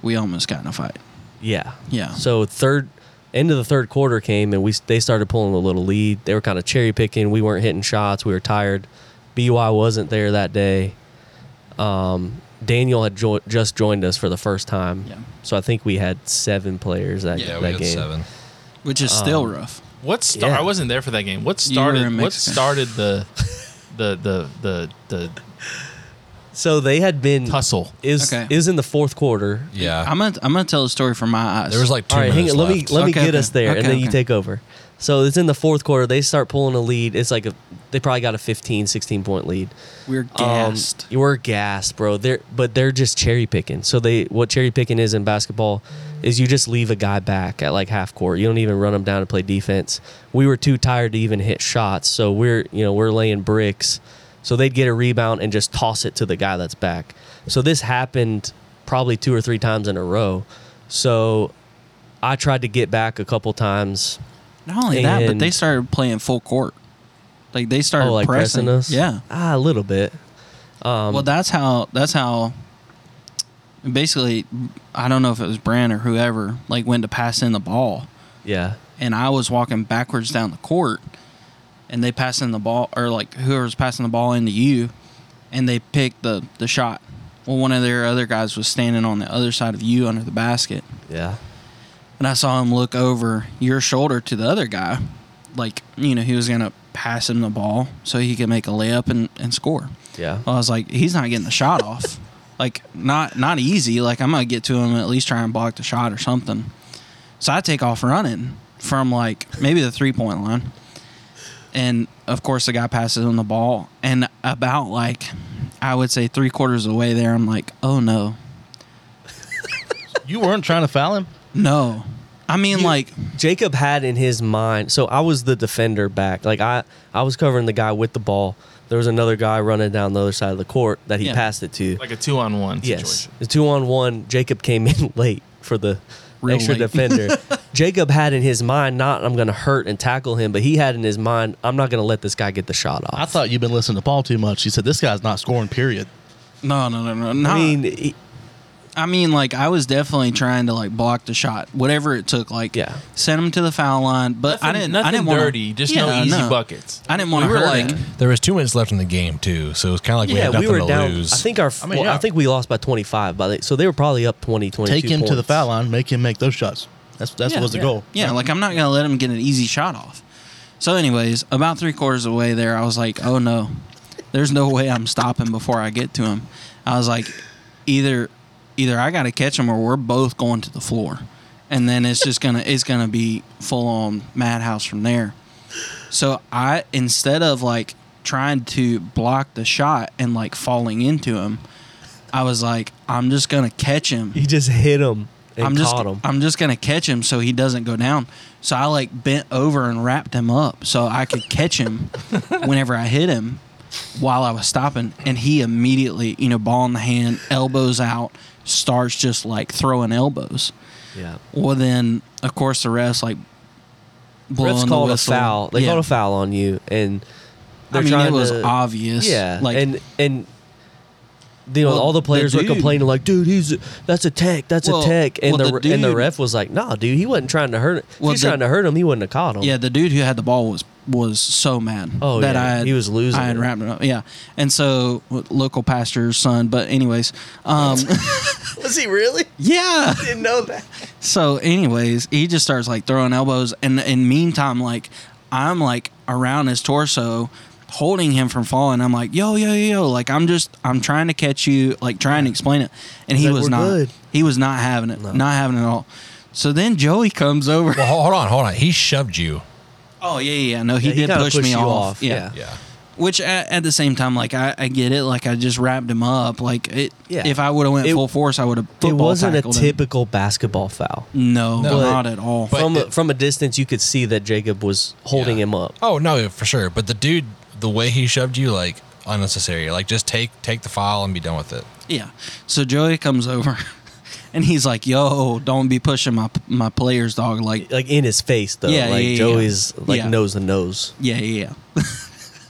Speaker 2: we almost got in a fight.
Speaker 1: yeah,
Speaker 2: Yeah.
Speaker 1: So third end of the third quarter came and we they started pulling a little lead. They were kind of cherry picking. We weren't hitting shots. We were tired. BY wasn't there that day. Um, Daniel had jo- just joined us for the first time.
Speaker 2: Yeah.
Speaker 1: So I think we had seven players that,
Speaker 4: Yeah,
Speaker 1: that
Speaker 4: we had
Speaker 1: game.
Speaker 4: seven.
Speaker 2: which is still
Speaker 1: Um,
Speaker 2: rough.
Speaker 3: what star?
Speaker 1: Yeah.
Speaker 3: I wasn't there for that game. What
Speaker 2: You were
Speaker 3: started?
Speaker 2: in
Speaker 3: What
Speaker 2: Mexico.
Speaker 3: started the the the the the
Speaker 1: So they had been
Speaker 3: tussle?
Speaker 1: is
Speaker 2: Okay.
Speaker 1: is in the fourth quarter.
Speaker 4: Yeah,
Speaker 2: I'm gonna I'm gonna tell the story from my eyes.
Speaker 4: there was like two
Speaker 1: All right, hang
Speaker 4: minutes
Speaker 1: on. Let me
Speaker 4: left.
Speaker 1: let me
Speaker 2: Okay,
Speaker 1: get
Speaker 2: okay.
Speaker 1: us there, and
Speaker 2: Okay,
Speaker 1: then you
Speaker 2: okay.
Speaker 1: take over. So it's in the fourth quarter. They start pulling a lead. It's like a they probably got a 15, 16 point lead.
Speaker 2: we were
Speaker 1: Um,
Speaker 2: gassed.
Speaker 1: you were gassed, bro. They're but they're just cherry picking. So they what cherry picking is in basketball is you just leave a guy back at like half court. You don't even run him down to play defense. We were too tired to even hit shots, so we're you know we're laying bricks. So they'd get a rebound and just toss it to the guy that's back. So this happened probably two or three times in a row. So I tried to get back a couple times.
Speaker 2: Not only that, but
Speaker 1: and-
Speaker 2: they started playing full court. Like they started
Speaker 1: Oh, like pressing, us. Um,
Speaker 2: Yeah.
Speaker 1: ah, a little bit.
Speaker 2: well, that's how that's how basically I don't know if it was Brand or whoever like went to pass in the ball
Speaker 1: Yeah,
Speaker 2: and I was walking backwards down the court and they passed in the ball or like whoever's passing the ball into you and they picked the the shot. Well, one of their other guys was standing on the other side of you under the basket
Speaker 1: yeah.
Speaker 2: and I saw him look over your shoulder to the other guy, like you know he was gonna pass him the ball so he could make a layup and, and score.
Speaker 1: Yeah.
Speaker 2: Well, I was like, he's not getting the shot off, like not not easy. Like I'm gonna get to him and at least try and block the shot or something. So I take off running from like maybe the three point line, and of course the guy passes him the ball, and about like I would say three quarters of the way there, I'm like, oh no,
Speaker 5: You weren't trying to foul him.
Speaker 2: no. I mean like.
Speaker 1: Jacob had in his mind. So I was the defender back. Like I, I was covering the guy with the ball. There was another guy running down the other side of the court that he
Speaker 2: Yeah.
Speaker 1: passed it to.
Speaker 3: Like a two on one
Speaker 1: yes,
Speaker 3: situation.
Speaker 1: the two on one. Jacob came in late for the
Speaker 2: Real
Speaker 1: extra
Speaker 2: late.
Speaker 1: defender. Jacob had in his mind not I'm going to hurt and tackle him, but he had in his mind I'm not going to let this guy get the shot off.
Speaker 5: I thought you've been listening to Paul too much. He said this guy's not scoring. Period.
Speaker 2: No, no, no, no. Not,
Speaker 1: I mean, he-
Speaker 2: I mean, like I was definitely trying to like block the shot, whatever it took. Like,
Speaker 1: Yeah.
Speaker 2: send him to the foul line, but
Speaker 3: Nothing,
Speaker 2: I didn't.
Speaker 3: Nothing
Speaker 2: I didn't want
Speaker 3: dirty. just no easy buckets.
Speaker 2: I didn't want
Speaker 3: We
Speaker 2: to
Speaker 3: were
Speaker 2: hurt
Speaker 3: like-
Speaker 2: like.
Speaker 4: there was two minutes left in the game too, so it was kind of like we had
Speaker 1: yeah, we
Speaker 4: nothing
Speaker 1: were
Speaker 4: to
Speaker 1: down.
Speaker 4: lose.
Speaker 1: I think our.
Speaker 5: I mean,
Speaker 1: well,
Speaker 5: yeah.
Speaker 1: I think we lost by 25. By the, so they were probably up 20, 22
Speaker 5: Take him to the
Speaker 1: points.
Speaker 5: foul line. Make him make those shots. That's that
Speaker 2: Yeah,
Speaker 5: was the
Speaker 2: yeah.
Speaker 5: goal.
Speaker 2: Yeah, like I'm not gonna let him get an easy shot off. So, anyways, about three quarters of the way there, I was like, oh no, there's no way I'm stopping before I get to him. I was like, either either I gotta catch him or we're both going to the floor, and then it's just gonna it's gonna be full on madhouse from there. So I instead of like trying to block the shot and like falling into him, I was like, I'm just gonna catch him.
Speaker 1: You just hit him and
Speaker 2: I'm just
Speaker 1: caught him.
Speaker 2: I'm just gonna catch him so he doesn't go down. So I like bent over and wrapped him up so I could catch him whenever I hit him while I was stopping, and he immediately, you know, ball in the hand, elbows out, starts just like throwing elbows.
Speaker 1: yeah.
Speaker 2: Well, then of course the refs like blowing
Speaker 1: Refs
Speaker 2: the
Speaker 1: called a
Speaker 2: whistle.
Speaker 1: foul. They
Speaker 2: Yeah.
Speaker 1: called a foul on you, and
Speaker 2: I
Speaker 1: they're
Speaker 2: mean, it
Speaker 1: trying
Speaker 2: was
Speaker 1: to-
Speaker 2: obvious.
Speaker 1: Yeah,
Speaker 2: like
Speaker 1: and and you know
Speaker 2: Well,
Speaker 1: all the
Speaker 2: the
Speaker 1: players were
Speaker 2: dude-
Speaker 1: complaining like, dude, he's that's a tech, that's
Speaker 2: Well,
Speaker 1: a tech, and
Speaker 2: well,
Speaker 1: the,
Speaker 2: the
Speaker 1: and the
Speaker 2: dude-
Speaker 1: ref was like, nah, dude, he wasn't trying to hurt. If he
Speaker 2: Well,
Speaker 1: was
Speaker 2: the-
Speaker 1: trying to hurt him, he wouldn't have caught him.
Speaker 2: Yeah, the dude who had the ball was was so mad.
Speaker 1: Oh,
Speaker 2: that
Speaker 1: yeah.
Speaker 2: I had,
Speaker 1: He was losing
Speaker 2: I had
Speaker 1: it.
Speaker 2: wrapped it up. Yeah, and so w- local pastor's son. But anyways, um,
Speaker 1: was he really?
Speaker 2: yeah.
Speaker 1: Didn't know that.
Speaker 2: So anyways, he just starts like throwing elbows, and in meantime, like I'm like around his torso. Holding him from falling, I'm like, yo, yo, yo, like I'm just, I'm trying to catch you, like trying to explain it, and he
Speaker 1: He's like,
Speaker 2: was
Speaker 1: "We're
Speaker 2: not,
Speaker 1: good."
Speaker 2: he was not having it, not having it at all. So then Joey comes over.
Speaker 4: Well, ho- hold on, hold on. He shoved you.
Speaker 2: Oh yeah, yeah, yeah. no, he
Speaker 1: Yeah, he
Speaker 2: did
Speaker 1: kinda
Speaker 2: push
Speaker 1: pushed
Speaker 2: me
Speaker 1: you
Speaker 2: off.
Speaker 1: off,
Speaker 2: Yeah,
Speaker 1: yeah.
Speaker 4: Yeah.
Speaker 2: Which at, at the same time, like I, I get it. Like I just wrapped him up. Like it.
Speaker 1: Yeah.
Speaker 2: If I would have went
Speaker 1: It-
Speaker 2: full force, I would have.
Speaker 1: It wasn't a
Speaker 2: tackled him.
Speaker 1: typical basketball foul.
Speaker 2: No,
Speaker 4: No.
Speaker 2: not at all.
Speaker 1: from
Speaker 4: it-
Speaker 1: from a distance, you could see that Jacob was holding
Speaker 4: Yeah.
Speaker 1: him up.
Speaker 4: Oh no, for sure. But the dude, the way he shoved you, like unnecessary. Like just take take the file and be done with it.
Speaker 2: yeah. So Joey comes over, and he's like, "Yo, don't be pushing my my players, dog." Like,
Speaker 1: Like in his face, though.
Speaker 2: Yeah,
Speaker 1: like
Speaker 2: yeah, yeah,
Speaker 1: Joey's
Speaker 2: yeah.
Speaker 1: like
Speaker 2: Yeah.
Speaker 1: nose to nose,
Speaker 2: yeah, yeah,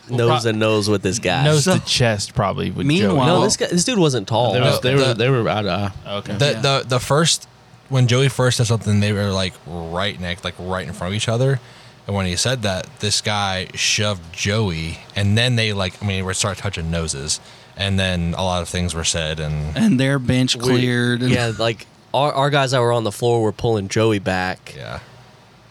Speaker 1: nose
Speaker 3: pro-
Speaker 1: to nose with this guy.
Speaker 3: Nose
Speaker 2: So-
Speaker 3: to chest, probably. With Joey.
Speaker 2: Meanwhile-
Speaker 1: no, this guy, this dude wasn't tall.
Speaker 5: They,
Speaker 4: No,
Speaker 5: was, they were
Speaker 4: the-
Speaker 5: they were eye to eye.
Speaker 3: okay.
Speaker 4: The
Speaker 2: Yeah.
Speaker 4: the the first when Joey first said something, they were like right neck, like right in front of each other. And when he said that, this guy shoved Joey, and then they like I mean, we started touching noses, and then a lot of things were said, and
Speaker 2: yeah. And their bench cleared. And,
Speaker 1: yeah, like our, our guys that were on the floor were pulling Joey back.
Speaker 4: yeah.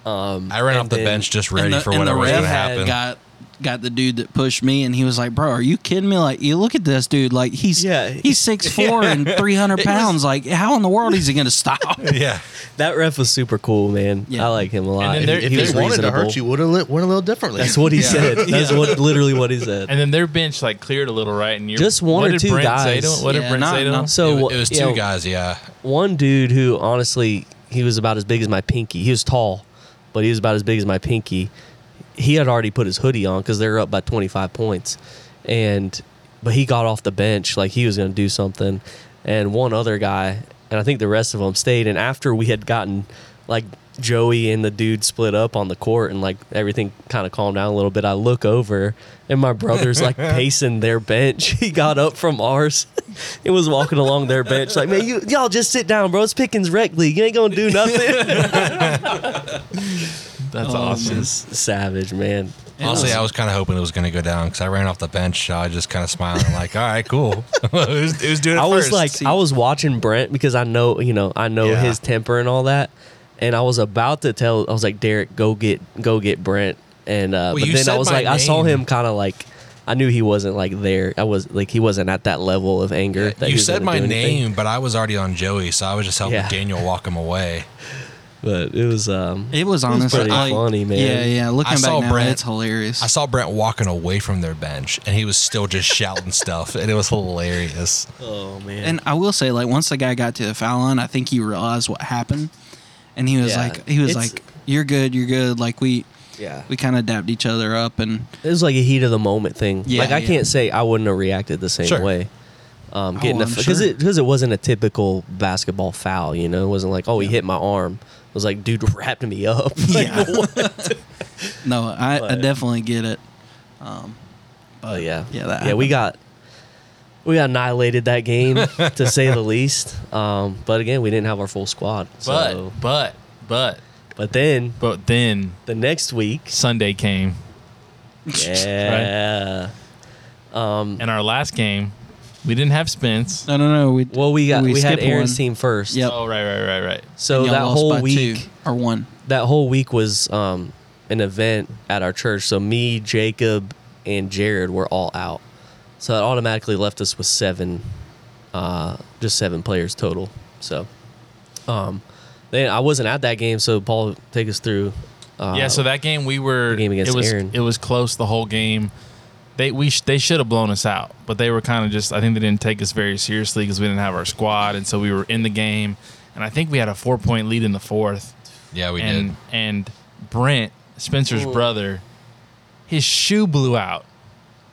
Speaker 4: Um, I ran
Speaker 1: and
Speaker 4: off the
Speaker 1: then-
Speaker 4: bench just
Speaker 2: and
Speaker 4: ready
Speaker 2: the,
Speaker 4: for
Speaker 2: and the
Speaker 4: whatever was
Speaker 2: ref
Speaker 4: going to
Speaker 2: had
Speaker 4: happen.
Speaker 2: got got the dude that pushed me, and he was like, "Bro, are you kidding me? Like, you look at this dude. Like, he's
Speaker 1: Yeah.
Speaker 2: he's six four and three hundred pounds. like, how in the world is he gonna stop?"
Speaker 4: yeah,
Speaker 1: That ref was super cool, man.
Speaker 2: Yeah.
Speaker 1: I like him a lot.
Speaker 3: And then there- if
Speaker 5: If
Speaker 1: he
Speaker 5: they
Speaker 1: was
Speaker 5: wanted to
Speaker 1: reasonable.
Speaker 5: hurt you, would have went a little differently.
Speaker 1: That's what he said. That's what literally what he said.
Speaker 3: And then their bench like cleared a little, right? And you
Speaker 1: Just one
Speaker 3: what
Speaker 1: or
Speaker 3: did
Speaker 1: two
Speaker 3: Brent Say
Speaker 1: guys.
Speaker 3: to him? What
Speaker 2: Yeah,
Speaker 3: did Brent
Speaker 2: not-
Speaker 3: say to him?
Speaker 2: not-
Speaker 1: so
Speaker 4: it, wa- it was
Speaker 1: you
Speaker 4: two
Speaker 1: know,
Speaker 4: guys. Yeah,
Speaker 1: One dude who honestly he was about as big as my pinky. He was tall, but he was about as big as my pinky. He had already put his hoodie on because they were up by 25 points, and but he got off the bench like he was going to do something, and one other guy, and I think the rest of them stayed. And after we had gotten like Joey and the dude split up on the court and like everything kind of calmed down a little bit, I look over and my brother's like pacing their bench. He got up from ours and was walking along their bench like, man, you y'all just sit down, bro. It's Pickens rec league. You ain't gonna do nothing.
Speaker 3: That's
Speaker 2: Oh,
Speaker 3: awesome.
Speaker 1: just savage, man.
Speaker 4: Honestly, I was kind of hoping it was going to go down because I ran off the bench. So I was just kind of smiling, like, "All right, cool." it, was, it was doing. It
Speaker 1: I was
Speaker 4: first.
Speaker 1: like, I was watching Brent because I know, you know, I know
Speaker 4: Yeah.
Speaker 1: his temper and all that, and I was about to tell, I was like, Derek, go get, go get Brent, and uh,
Speaker 4: Well,
Speaker 1: but
Speaker 4: you
Speaker 1: then I
Speaker 4: said
Speaker 1: was
Speaker 4: my
Speaker 1: like, I saw
Speaker 4: name.
Speaker 1: him kind of like, I knew he wasn't like there. I was like, he wasn't at that level of anger. that he
Speaker 4: you
Speaker 1: was
Speaker 4: said
Speaker 1: gonna
Speaker 4: my
Speaker 1: do anything.
Speaker 4: name, but I was already on Joey, so I was just helping
Speaker 1: Yeah.
Speaker 4: Daniel walk him away.
Speaker 1: but it was, um,
Speaker 2: It was honestly
Speaker 1: pretty
Speaker 2: like,
Speaker 1: funny, man.
Speaker 2: Yeah, yeah. Looking
Speaker 4: I
Speaker 2: back
Speaker 4: saw
Speaker 2: now,
Speaker 4: Brent.
Speaker 2: it's hilarious.
Speaker 4: I saw Brent walking away from their bench, and he was still just shouting stuff, and it was hilarious.
Speaker 1: oh man,
Speaker 2: and I will say, like, once the guy got to the foul line, I think he realized what happened, and he was
Speaker 1: Yeah.
Speaker 2: like, he was
Speaker 1: It's-
Speaker 2: like, "You're good, you're good." Like we
Speaker 1: yeah,
Speaker 2: we kind of dapped each other up, and
Speaker 1: it was like a heat of the moment thing.
Speaker 2: Yeah,
Speaker 1: like I
Speaker 2: yeah.
Speaker 1: can't say I wouldn't have reacted the same
Speaker 4: Sure.
Speaker 1: way. Um, getting
Speaker 2: Oh,
Speaker 1: a
Speaker 2: I'm
Speaker 1: because
Speaker 2: sure.
Speaker 1: it because it wasn't a typical basketball foul. You know, it wasn't like oh he hit my arm. It was like dude wrapped me up. Like,
Speaker 2: Yeah.
Speaker 1: what?
Speaker 2: no, I, I
Speaker 1: But-
Speaker 2: definitely get it. Um,
Speaker 1: Oh yeah,
Speaker 2: Yeah, that
Speaker 1: yeah.
Speaker 2: happened.
Speaker 1: We got we got annihilated that game to say the least. Um, but again, we didn't have our full squad.
Speaker 3: But
Speaker 1: So,
Speaker 3: but but
Speaker 1: but then
Speaker 3: but then
Speaker 1: the next week,
Speaker 3: Sunday came,
Speaker 1: yeah, Mm.
Speaker 3: and our last game We didn't have Spence.
Speaker 1: Oh,
Speaker 2: No, no, no. We
Speaker 1: Well, we got we, had
Speaker 2: skipped
Speaker 1: Aaron's
Speaker 2: one.
Speaker 1: team first.
Speaker 2: Yep.
Speaker 3: Oh, right, right, right, right.
Speaker 1: So
Speaker 2: Y'all
Speaker 1: that
Speaker 2: lost by
Speaker 1: whole
Speaker 2: two
Speaker 1: week,
Speaker 2: or one.
Speaker 1: that whole week was um, an event at our church. So me, Jacob, and Jared were all out. So that automatically left us with seven, uh, just seven players total. So, um, then I wasn't at that game. So Paul, take us through. Uh,
Speaker 3: yeah, so that game we were
Speaker 1: the game against
Speaker 3: it was
Speaker 1: Aaron.
Speaker 3: it was close the whole game. They we sh- they should have blown us out, but they were kind of just I think they didn't take us very seriously because we didn't have our squad, and so we were in the game, and I think we had a four point lead in the fourth,
Speaker 4: Yeah, we
Speaker 3: and
Speaker 4: did.
Speaker 3: and Brent Spencer's
Speaker 1: Ooh.
Speaker 3: brother, his shoe blew out,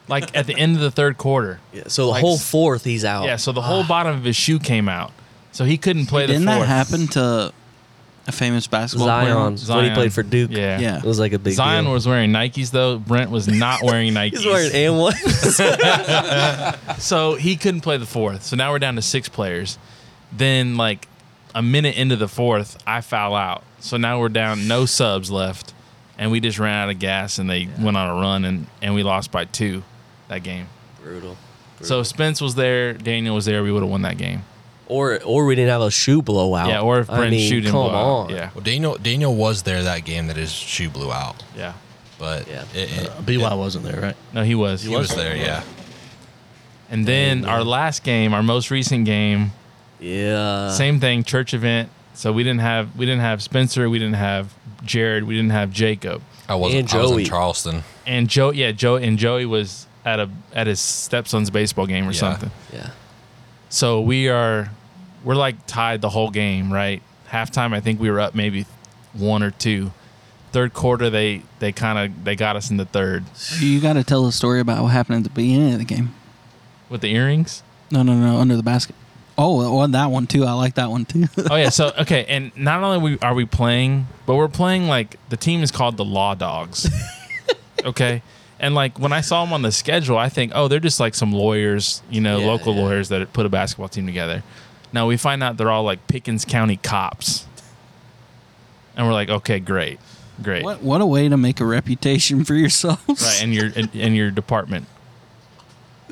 Speaker 3: like at the end of the third quarter.
Speaker 1: yeah, so the
Speaker 3: like
Speaker 1: whole
Speaker 3: s-
Speaker 1: fourth, he's out.
Speaker 3: Yeah, so the whole bottom of his shoe came out, so he couldn't play
Speaker 2: Didn't
Speaker 3: the fourth.
Speaker 2: that happen to a famous basketball
Speaker 1: Zion,
Speaker 2: player?
Speaker 1: is when he played for Duke.
Speaker 3: Yeah.
Speaker 2: Yeah.
Speaker 1: it was like a big
Speaker 3: Zion
Speaker 1: deal.
Speaker 3: was wearing Nikes though. Brent was not wearing Nikes.
Speaker 1: He's wearing and one.
Speaker 3: So he couldn't play the fourth. So now we're down to six players. Then like a minute into the fourth, I foul out. So now we're down no subs left, and we just ran out of gas, and they went on a run, and and we lost by two that game.
Speaker 1: brutal.
Speaker 3: So if Spence was there, Daniel was there, we would have won that game.
Speaker 1: Or or we didn't have a shoe blowout.
Speaker 3: Yeah, or if Brent
Speaker 1: I mean,
Speaker 3: shoot didn't
Speaker 1: come
Speaker 3: blow out.
Speaker 1: on.
Speaker 3: Yeah,
Speaker 4: Well, Daniel Daniel was there that game that his shoe blew out,
Speaker 3: yeah.
Speaker 4: but
Speaker 1: Yeah. Uh,
Speaker 4: it, it-
Speaker 5: BY Uh, wasn't there, right?
Speaker 3: No, he was.
Speaker 4: he was there. Yeah,
Speaker 3: And then our last game, our most recent game,
Speaker 1: Yeah.
Speaker 3: same thing church event so we didn't have we didn't have spencer we didn't have jared we didn't have jacob
Speaker 4: I wasn't.
Speaker 1: And
Speaker 4: I was
Speaker 1: Joey.
Speaker 4: in Charleston.
Speaker 3: and joe yeah joe and joey was at a at his stepson's baseball game or
Speaker 4: Yeah.
Speaker 3: something
Speaker 1: Yeah.
Speaker 3: so we are we're like tied the whole game right halftime i think we were up maybe one or two third quarter they they kind of they got us in the third
Speaker 2: You got to tell a story about what happened at the beginning of the game.
Speaker 3: with the earrings
Speaker 2: No, no, no, under the basket. Oh, well, that one too. I like that one too.
Speaker 3: oh yeah so okay and not only we are we playing but we're playing like the team is called the law dogs okay and like when i saw them on the schedule i think oh they're just like some lawyers you know
Speaker 1: Yeah,
Speaker 3: local
Speaker 1: yeah.
Speaker 3: lawyers that put a basketball team together now we find out they're all like pickens county cops and we're like okay great great
Speaker 2: what what a way to make a reputation for yourselves.
Speaker 3: right and your and, and your department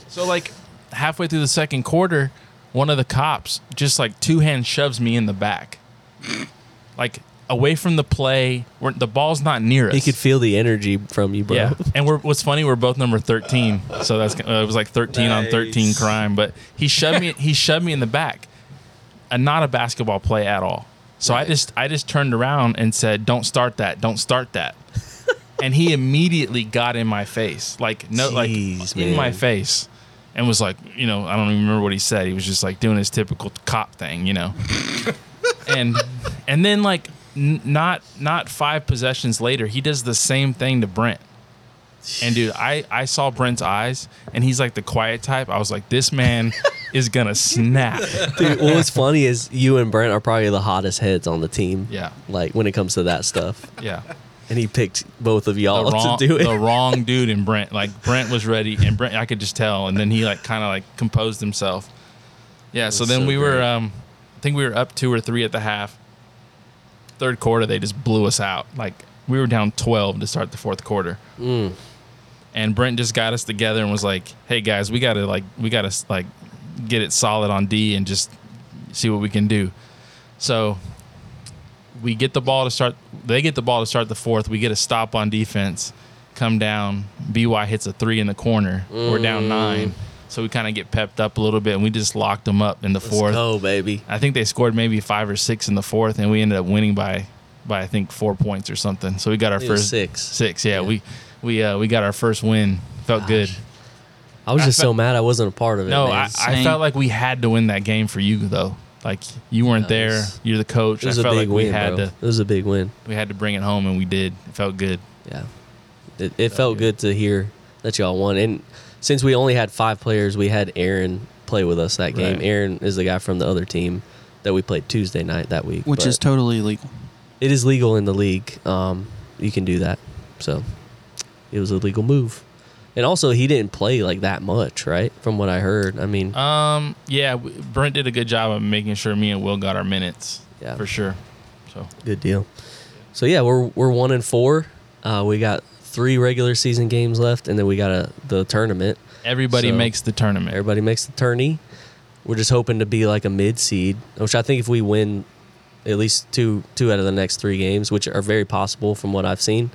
Speaker 3: so like halfway through the second quarter one of the cops just like two hand shoves me in the back like away from the play where the ball's not near us
Speaker 1: He could feel the energy from you, bro.
Speaker 3: yeah and we're, what's funny we're both number 13 so that's uh, it was like 13 on 13
Speaker 1: Nice.
Speaker 3: crime but he shoved me he shoved me in the back and not a basketball play at all so i just i just turned around and said don't start that don't start that and he immediately got in my face like no
Speaker 1: Jeez,
Speaker 3: like in my
Speaker 1: man.
Speaker 3: face and was like you know i don't even remember what he said he was just like doing his typical cop thing you know and and then like n- not not five possessions later he does the same thing to brent and dude i i saw brent's eyes and he's like the quiet type i was like this man is gonna snap
Speaker 1: Dude, what was funny is you and Brent are probably the hottest heads on the team.
Speaker 3: Yeah.
Speaker 1: Like when it comes to that stuff.
Speaker 3: yeah
Speaker 1: And he picked both of y'all
Speaker 3: the wrong,
Speaker 1: to do it.
Speaker 3: the wrong dude and Brent. Like Brent was ready, and Brent, I could just tell. And then he like kind of like composed himself. Yeah. So
Speaker 1: was
Speaker 3: then
Speaker 1: so
Speaker 3: we were,
Speaker 1: great.
Speaker 3: um, I think we were up two or three at the half. Third quarter, they just blew us out. Like we were down twelve to start the fourth quarter.
Speaker 1: Mm.
Speaker 3: And Brent just got us together and was like, "Hey guys, we gotta like we gotta like get it solid on D and just see what we can do." So we get the ball to start. They get the ball to start the fourth. We get a stop on defense. Come down. By hits a three in the corner. We're
Speaker 1: Mm.
Speaker 3: down nine. So we kind of get pepped up a little bit, and we just locked them up in the
Speaker 1: Let's
Speaker 3: fourth.
Speaker 1: go, baby.
Speaker 3: I think they scored maybe five or six in the fourth, and we ended up winning by by I think four points or something. So we got our
Speaker 1: It was
Speaker 3: first
Speaker 1: six.
Speaker 3: Six, yeah. We we uh, we got our first win. Felt good.
Speaker 1: I was
Speaker 3: I
Speaker 1: just
Speaker 3: fe-
Speaker 1: so mad I wasn't a part of it.
Speaker 3: No,
Speaker 1: man.
Speaker 3: I, I
Speaker 2: Same.
Speaker 3: felt like we had to win that game for you though. Like you weren't
Speaker 1: Yeah, it
Speaker 3: there.
Speaker 1: was-
Speaker 3: You're the coach.
Speaker 1: it was a
Speaker 3: I felt
Speaker 1: big
Speaker 3: like we
Speaker 1: win,
Speaker 3: had
Speaker 1: bro.
Speaker 3: to
Speaker 1: It was a big win.
Speaker 3: we had to bring it home, and we did. It felt good.
Speaker 1: Yeah. It, it felt good to hear that y'all won. And since we only had five players, we had Aaron play with us that game.
Speaker 3: Right.
Speaker 1: Aaron is the guy from the other team that we played Tuesday night that week.
Speaker 2: Which
Speaker 1: but
Speaker 2: is totally legal.
Speaker 1: it is legal in the league. Um, you can do that. So it was a legal move. And also, he didn't play like that much, right? From what I heard. I mean,
Speaker 3: Um, yeah, w- Brent did a good job of making sure me and Will got our minutes.
Speaker 1: Yeah.
Speaker 3: for sure. So
Speaker 1: good deal. So yeah, we're we're one and four. Uh, we got three regular season games left, and then we got a the tournament.
Speaker 3: Everybody
Speaker 1: So- er,
Speaker 3: makes the tournament.
Speaker 1: Everybody makes the tourney. We're just hoping to be like a mid seed, which I think if we win at least two two out of the next three games, which are very possible from what I've seen,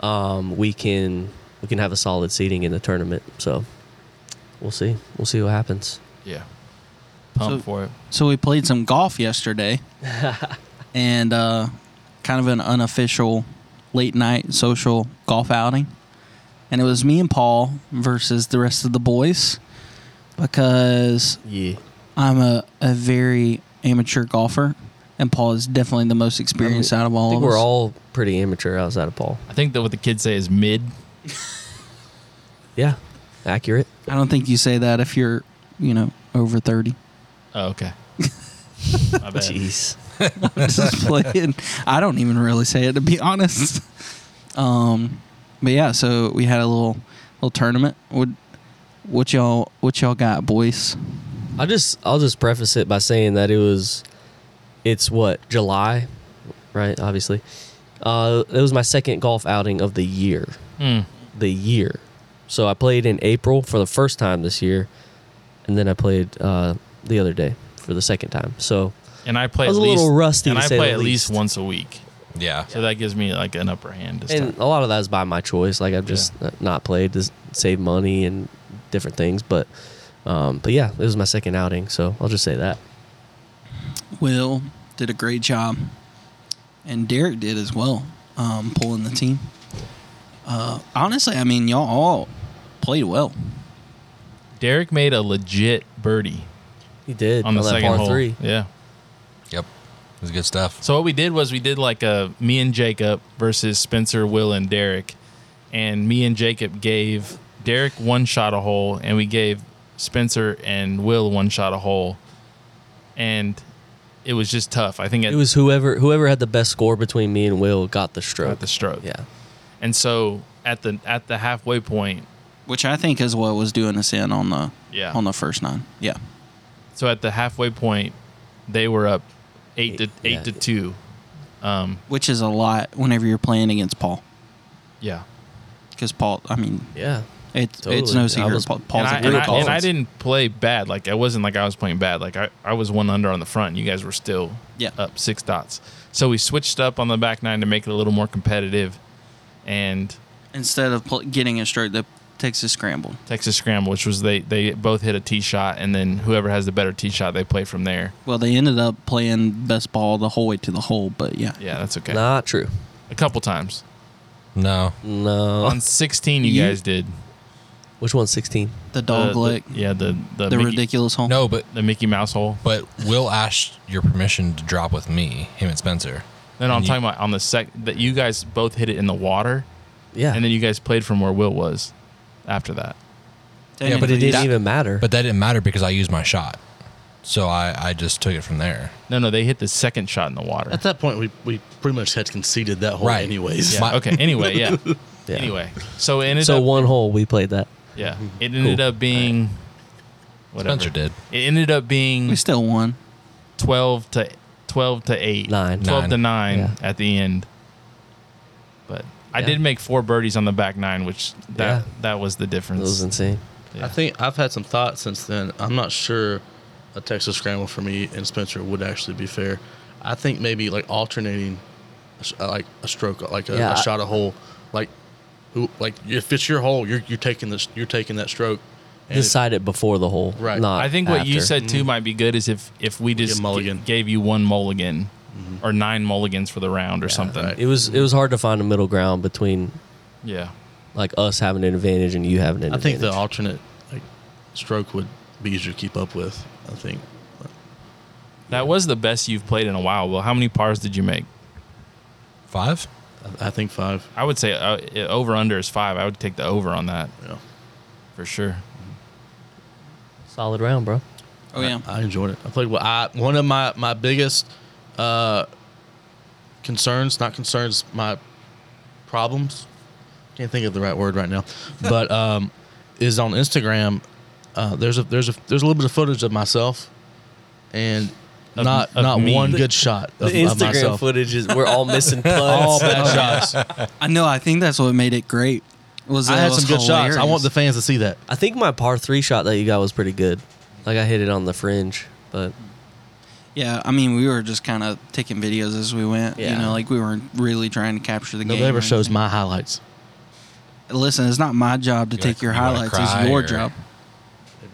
Speaker 1: um, we can we can have a solid seeding in the tournament. So we'll see. We'll see what happens.
Speaker 3: Yeah. Pump
Speaker 2: So-
Speaker 3: for it.
Speaker 2: So we played some golf yesterday, and uh, kind of an unofficial late night social golf outing. And it was me and Paul versus the rest of the boys because
Speaker 1: Yeah.
Speaker 2: I'm a, a very amateur golfer, and Paul is definitely the most experienced out of
Speaker 1: I
Speaker 2: all
Speaker 1: think
Speaker 2: of
Speaker 1: we're
Speaker 2: us.
Speaker 1: all pretty amateur outside of Paul.
Speaker 3: I think that what the kids say is mid.
Speaker 1: Yeah. Accurate.
Speaker 2: I don't think you say that if you're, you know, over 30.
Speaker 3: Oh, okay. My bad.
Speaker 1: Jeez.
Speaker 2: just playing. I don't even really say it to be honest. Um, but yeah, so we had a little little tournament. What what y'all what y'all got, boys?
Speaker 1: I just I'll just preface it by saying that it was it's what July, right? Obviously, uh, it was my second golf outing of the year.
Speaker 3: Mm.
Speaker 1: The year, so I played in April for the first time this year, and then I played uh, the other day for the second time. So
Speaker 3: And I play
Speaker 1: I was
Speaker 3: at
Speaker 1: a
Speaker 3: least,
Speaker 1: little rusty
Speaker 3: And
Speaker 1: to
Speaker 3: I
Speaker 1: say
Speaker 3: play
Speaker 1: the
Speaker 3: at least
Speaker 1: least.
Speaker 3: once a week,
Speaker 4: Yeah.
Speaker 3: so that gives me like an upper hand. This
Speaker 1: and
Speaker 3: time.
Speaker 1: a lot of that is by my choice. Like I've just uh not played to s- save money and different things, but um, but yeah, it was my second outing, so I'll just say that.
Speaker 2: Will did a great job, and Derek did as well, um, pulling the team. Uh, honestly, I mean, y'all all played well.
Speaker 3: Derek made a legit birdie
Speaker 1: He did
Speaker 3: on the
Speaker 1: that
Speaker 3: second
Speaker 1: par
Speaker 3: hole.
Speaker 1: three.
Speaker 3: Yeah.
Speaker 4: Yep. It was good stuff.
Speaker 3: So what we did was we did like a me and Jacob versus Spencer, Will, and Derek, and me and Jacob gave Derek one shot a hole, and we gave Spencer and Will one shot a hole, and it was just tough. I think it,
Speaker 1: It was whoever whoever had the best score between me and Will got the stroke.
Speaker 3: at the stroke.
Speaker 1: yeah.
Speaker 3: And so at the at the halfway point,
Speaker 2: Which I think is what was doing us in on the
Speaker 3: Yeah.
Speaker 2: on the first nine. Yeah,
Speaker 3: so at the halfway point, they were up eight to eight
Speaker 1: Yeah.
Speaker 3: to two. Um,
Speaker 2: which is a lot whenever you're playing against Paul,
Speaker 3: yeah.
Speaker 2: because Paul. I mean,
Speaker 1: Yeah.
Speaker 2: It's
Speaker 1: Totally.
Speaker 2: it's
Speaker 1: I
Speaker 2: no secret.
Speaker 1: was-
Speaker 2: Pa- Paul's
Speaker 3: And I,
Speaker 2: a
Speaker 3: and,
Speaker 2: great
Speaker 3: I, and I
Speaker 2: golfer.
Speaker 3: didn't play bad. Like I wasn't like I was playing bad. Like I, I was one under on the front. You guys were still
Speaker 2: Yeah.
Speaker 3: up six dots. So we switched up on the back nine to make it a little more competitive. And
Speaker 2: Instead of pl- getting a stroke, the Texas scramble.
Speaker 3: Texas scramble, which was they they both hit a tee shot, and then whoever has the better tee shot, they play from there.
Speaker 2: Well, they ended up playing best ball the whole way to the hole, but yeah.
Speaker 3: Yeah, that's okay.
Speaker 1: Not true.
Speaker 3: A couple times
Speaker 4: No.
Speaker 1: No.
Speaker 3: on sixteen, you,
Speaker 2: You-
Speaker 3: guys did
Speaker 1: Which one's 16?
Speaker 2: The dog
Speaker 3: Uh, the,
Speaker 2: leg,
Speaker 3: The, yeah, the the,
Speaker 2: the,
Speaker 3: Mickey,
Speaker 2: ridiculous hole.
Speaker 4: No, but
Speaker 3: the Mickey Mouse hole.
Speaker 4: but Will asked your permission to drop with me, him and Spencer.
Speaker 3: No, no, I'm
Speaker 4: And you-
Speaker 3: talking about on the sec that you guys both hit it in the water,
Speaker 1: Yeah.
Speaker 3: and then you guys played from where Will was after that.
Speaker 4: Yeah,
Speaker 1: but it didn't
Speaker 4: That-
Speaker 1: even matter.
Speaker 4: But that didn't matter because I used my shot. So I, I just took it from there.
Speaker 3: No, no, they hit the second shot in the water.
Speaker 5: At that point, we, we pretty much had conceded that hole,
Speaker 4: Right.
Speaker 5: anyways.
Speaker 3: Yeah.
Speaker 4: My-
Speaker 3: okay. Anyway, yeah.
Speaker 1: Yeah.
Speaker 3: Anyway, so it ended
Speaker 1: So
Speaker 3: up.
Speaker 1: one hole we played that.
Speaker 3: yeah, it ended up being. Whatever.
Speaker 4: Spencer did.
Speaker 3: It ended up being
Speaker 2: We still won.
Speaker 3: twelve to twelve to eight.
Speaker 1: Nine.
Speaker 3: Twelve to nine
Speaker 1: Nine.
Speaker 3: at the end. But I
Speaker 1: Yeah.
Speaker 3: did make four birdies on the back nine, which that
Speaker 1: Yeah.
Speaker 3: that was the
Speaker 1: That
Speaker 3: difference.
Speaker 1: was insane.
Speaker 3: Yeah.
Speaker 5: I think I've had some thoughts since then. I'm not sure a Texas scramble for me and Spencer would actually be fair. I think maybe like alternating, a sh- uh, like a stroke, like a,
Speaker 1: Yeah,
Speaker 5: a
Speaker 1: I-
Speaker 5: shot a hole, like who, like if it's your hole, you're you're taking this, you're taking that stroke. And if-
Speaker 1: Decide it before the hole.
Speaker 5: Right.
Speaker 1: Not
Speaker 3: I think what you
Speaker 1: after. Mm-hmm.
Speaker 3: said too might be good is if if we just
Speaker 5: mulligan.
Speaker 3: g- gave you one mulligan
Speaker 1: Mm-hmm.
Speaker 3: or nine mulligans for the round or something.
Speaker 5: right.
Speaker 1: It was it was hard to find a middle ground between
Speaker 3: Yeah.
Speaker 1: like us having an advantage and you having an
Speaker 5: I think
Speaker 1: advantage.
Speaker 5: the alternate like stroke would be easier to keep up with. I think
Speaker 3: That was the best you've played in a while. Well, how many pars did you make?
Speaker 4: Five?
Speaker 5: I, I think five.
Speaker 3: I would say uh, over under is five. I would take the over on that
Speaker 5: Yeah,
Speaker 3: for sure.
Speaker 1: solid round, bro.
Speaker 2: Oh yeah.
Speaker 5: I enjoyed it. I played. Well, I one of my my biggest uh, concerns, not concerns, my problems. Can't think of the right word right now, but um, is on Instagram. Uh, there's a there's a there's a little bit of footage of myself, and
Speaker 3: of-
Speaker 5: not
Speaker 3: of
Speaker 5: not
Speaker 3: me.
Speaker 5: one good shot
Speaker 1: The
Speaker 5: of, of
Speaker 1: Instagram
Speaker 5: myself.
Speaker 1: footage is we're all missing putts.
Speaker 5: All bad shots.
Speaker 2: I know. I think that's what made it great. Was
Speaker 5: I
Speaker 2: that
Speaker 5: had
Speaker 2: it was
Speaker 5: some good shots. I
Speaker 2: hilarious.
Speaker 5: want the fans to see that.
Speaker 1: I think my par three shot that you got was pretty good. Like I hit it on the fringe, but
Speaker 2: Yeah, I mean, we were just kind of taking videos as we went. You
Speaker 1: Yeah.
Speaker 2: know, like we weren't really trying to capture the game.
Speaker 5: Nobody ever
Speaker 2: or
Speaker 5: shows
Speaker 2: anything.
Speaker 5: my highlights.
Speaker 2: Listen, it's not my job to
Speaker 4: You
Speaker 2: take
Speaker 4: wanna-
Speaker 2: your
Speaker 4: you wanna
Speaker 2: highlights.
Speaker 4: cry
Speaker 2: It's your
Speaker 4: or-
Speaker 2: job.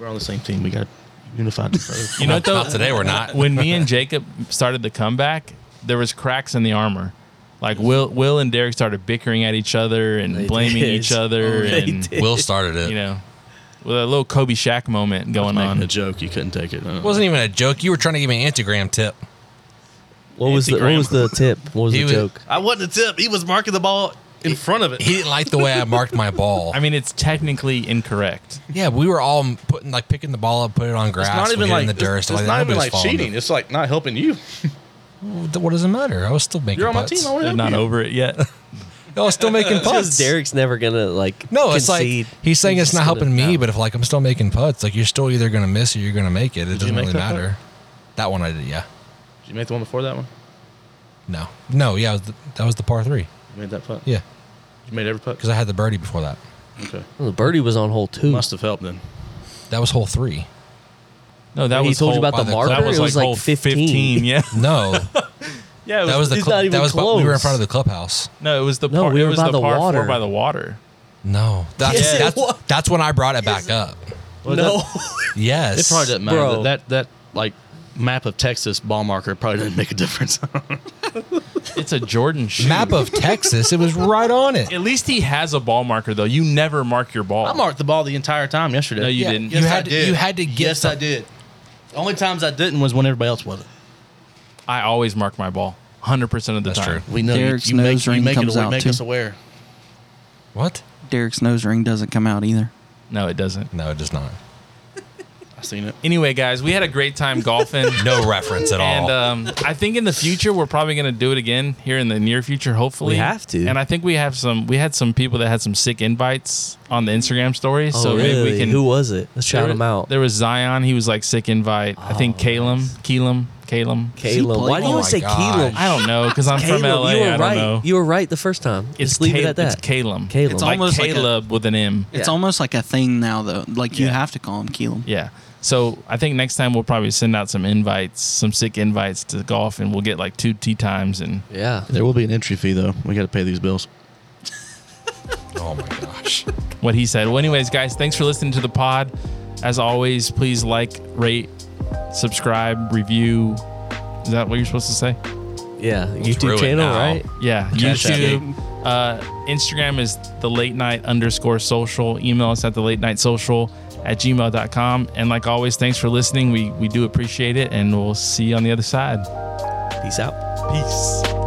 Speaker 5: We're on the same team. We got unified.
Speaker 3: You know what though?
Speaker 4: Not today, we're not.
Speaker 3: when me and Jacob started the comeback, there was cracks in the armor. Like Will, Will and Derek started bickering at each other and
Speaker 1: They
Speaker 3: blaming
Speaker 1: did.
Speaker 3: each other,
Speaker 1: They
Speaker 3: and
Speaker 1: did.
Speaker 4: Will started it.
Speaker 3: you know, with a little Kobe Shaq moment going on.
Speaker 5: joke. You couldn't take it.
Speaker 4: It wasn't even a joke. You were trying to give me an Instagram tip.
Speaker 1: what was the what
Speaker 3: Instagram.
Speaker 1: was the tip? What was
Speaker 4: He
Speaker 1: the
Speaker 4: was-
Speaker 1: joke?
Speaker 5: I wasn't a tip. He was marking the ball in front of it.
Speaker 4: He didn't like the way I marked my ball.
Speaker 3: I mean, it's technically incorrect.
Speaker 4: yeah, we were all putting like picking the ball up, putting it on grass, we hit it in the dirt,
Speaker 5: it's,
Speaker 4: stuff that.
Speaker 5: it's not even
Speaker 4: Nobody's
Speaker 5: like
Speaker 4: following
Speaker 5: cheating. It's like not helping you.
Speaker 4: it. What does it matter? I was still making.
Speaker 5: You're on my
Speaker 4: putts.
Speaker 5: team.
Speaker 1: Oh,
Speaker 5: I want to
Speaker 3: They're
Speaker 5: help
Speaker 3: not
Speaker 5: you.
Speaker 3: over it yet.
Speaker 4: I was still making putts.
Speaker 1: Because Derek's never gonna like.
Speaker 4: No, it's
Speaker 1: concede.
Speaker 4: like he's saying it's
Speaker 1: just
Speaker 4: not
Speaker 1: gonna-
Speaker 4: helping me,
Speaker 1: no.
Speaker 4: but if like I'm still making putts, like you're still either gonna miss or you're gonna make it. It
Speaker 5: you
Speaker 4: doesn't
Speaker 5: make
Speaker 4: really
Speaker 5: that putt?
Speaker 4: matter. That one I did, yeah.
Speaker 5: Did you make the one before that one?
Speaker 4: No, no, yeah, it was the, that was the par three.
Speaker 5: You made that putt.
Speaker 4: Yeah,
Speaker 5: You made every putt.
Speaker 4: because I had the birdie before that.
Speaker 5: Okay.
Speaker 1: Well, the birdie was on hole two.
Speaker 5: Must have helped then.
Speaker 4: That was hole three.
Speaker 3: No, that
Speaker 1: he
Speaker 3: was
Speaker 1: told you
Speaker 3: whole-
Speaker 1: about
Speaker 4: by
Speaker 1: the
Speaker 4: the-
Speaker 1: marker.
Speaker 3: that was
Speaker 1: it
Speaker 3: like,
Speaker 1: was like,
Speaker 3: hole
Speaker 1: 15.
Speaker 3: 15. Yeah,
Speaker 4: No,
Speaker 3: yeah. It
Speaker 4: that was the
Speaker 1: it's
Speaker 4: cl-
Speaker 1: not even
Speaker 4: that was by- we were in
Speaker 1: close.
Speaker 4: front of the clubhouse.
Speaker 3: no. It was the
Speaker 1: No,
Speaker 3: par,
Speaker 1: we
Speaker 3: it
Speaker 1: were
Speaker 3: was
Speaker 1: by
Speaker 3: the,
Speaker 1: the
Speaker 3: par
Speaker 1: water.
Speaker 3: four by the water.
Speaker 4: No, that's
Speaker 1: Yes, it was.
Speaker 4: that's, that's when I brought it back up.
Speaker 1: No,
Speaker 4: Yes,
Speaker 5: It probably doesn't matter.
Speaker 1: Bro.
Speaker 5: That that like map of Texas ball marker probably doesn't make a difference.
Speaker 3: It's a Jordan shoe.
Speaker 4: Map of Texas. It was right on it.
Speaker 3: At least he has a ball marker though. You never mark your ball.
Speaker 5: I marked the ball the entire time yesterday.
Speaker 3: No, you
Speaker 4: Yeah,
Speaker 3: didn't.
Speaker 4: You had to- you had to get
Speaker 5: Yes, I did. The only times I didn't was when everybody else wasn't.
Speaker 3: I always mark my ball. Hundred percent of the
Speaker 4: That's
Speaker 3: time.
Speaker 4: true.
Speaker 5: We know
Speaker 2: Derek's
Speaker 5: you, you make,
Speaker 2: nose
Speaker 5: you
Speaker 2: ring
Speaker 5: make,
Speaker 2: comes
Speaker 5: it, aware-
Speaker 2: out,
Speaker 5: make
Speaker 2: too.
Speaker 5: us aware.
Speaker 4: What?
Speaker 2: Derek's nose ring doesn't come out either.
Speaker 3: No, it doesn't.
Speaker 4: No, it does not.
Speaker 5: I seen it.
Speaker 3: Anyway, guys, we had a great time golfing.
Speaker 4: No reference at
Speaker 3: And
Speaker 4: all.
Speaker 1: uh,
Speaker 3: um, I think in the future we're probably going to do it again here in the near future, hopefully.
Speaker 1: We have to.
Speaker 3: And I think we have some. We had some people that had some sick invites on the Instagram stories.
Speaker 1: oh,
Speaker 3: so
Speaker 1: really?
Speaker 3: maybe we can
Speaker 1: Who was it? Let's
Speaker 3: there
Speaker 1: shout
Speaker 3: was-
Speaker 1: him out.
Speaker 3: There was Zion. He was like sick invite. I think
Speaker 1: Oh,
Speaker 3: Calum,
Speaker 1: nice.
Speaker 3: Calum, Calum.
Speaker 1: Caleb.
Speaker 2: played?
Speaker 1: Why do you
Speaker 2: Oh
Speaker 1: always
Speaker 4: my
Speaker 1: say
Speaker 4: gosh.
Speaker 1: Caleb?
Speaker 3: I don't know because I'm
Speaker 1: Caleb,
Speaker 3: from LA.
Speaker 1: you were
Speaker 3: I don't
Speaker 1: right.
Speaker 3: know.
Speaker 1: You were right the first time.
Speaker 3: it's
Speaker 1: Just leave it
Speaker 3: Caleb-
Speaker 1: at that.
Speaker 3: It's Calum.
Speaker 1: Calum.
Speaker 3: It's
Speaker 1: It's
Speaker 3: like
Speaker 2: almost like a-
Speaker 3: Caleb with an M.
Speaker 2: It's
Speaker 1: Yeah.
Speaker 2: almost like a thing now, though. Like you have to call him Keelan.
Speaker 3: Yeah. So I think next time we'll probably send out some invites, some sick invites to golf, and we'll get like two tea times and
Speaker 1: Yeah.
Speaker 5: There will be an entry fee though. We got to pay these bills.
Speaker 4: oh my gosh.
Speaker 3: what he said. Well, anyways, guys, thanks for listening to the pod. As always, please like, rate, subscribe, review. Is that what you're supposed to say?
Speaker 1: Yeah.
Speaker 4: ruin
Speaker 1: YouTube channel,
Speaker 4: now.
Speaker 1: right?
Speaker 3: Yeah.
Speaker 5: Cash App.
Speaker 3: YouTube. Uh, Instagram is the late night underscore social. Email us at the late night social at gmail.com. And like always, thanks for listening. We, we do appreciate it, and we'll see you on the other side.
Speaker 1: Peace out.
Speaker 3: Peace.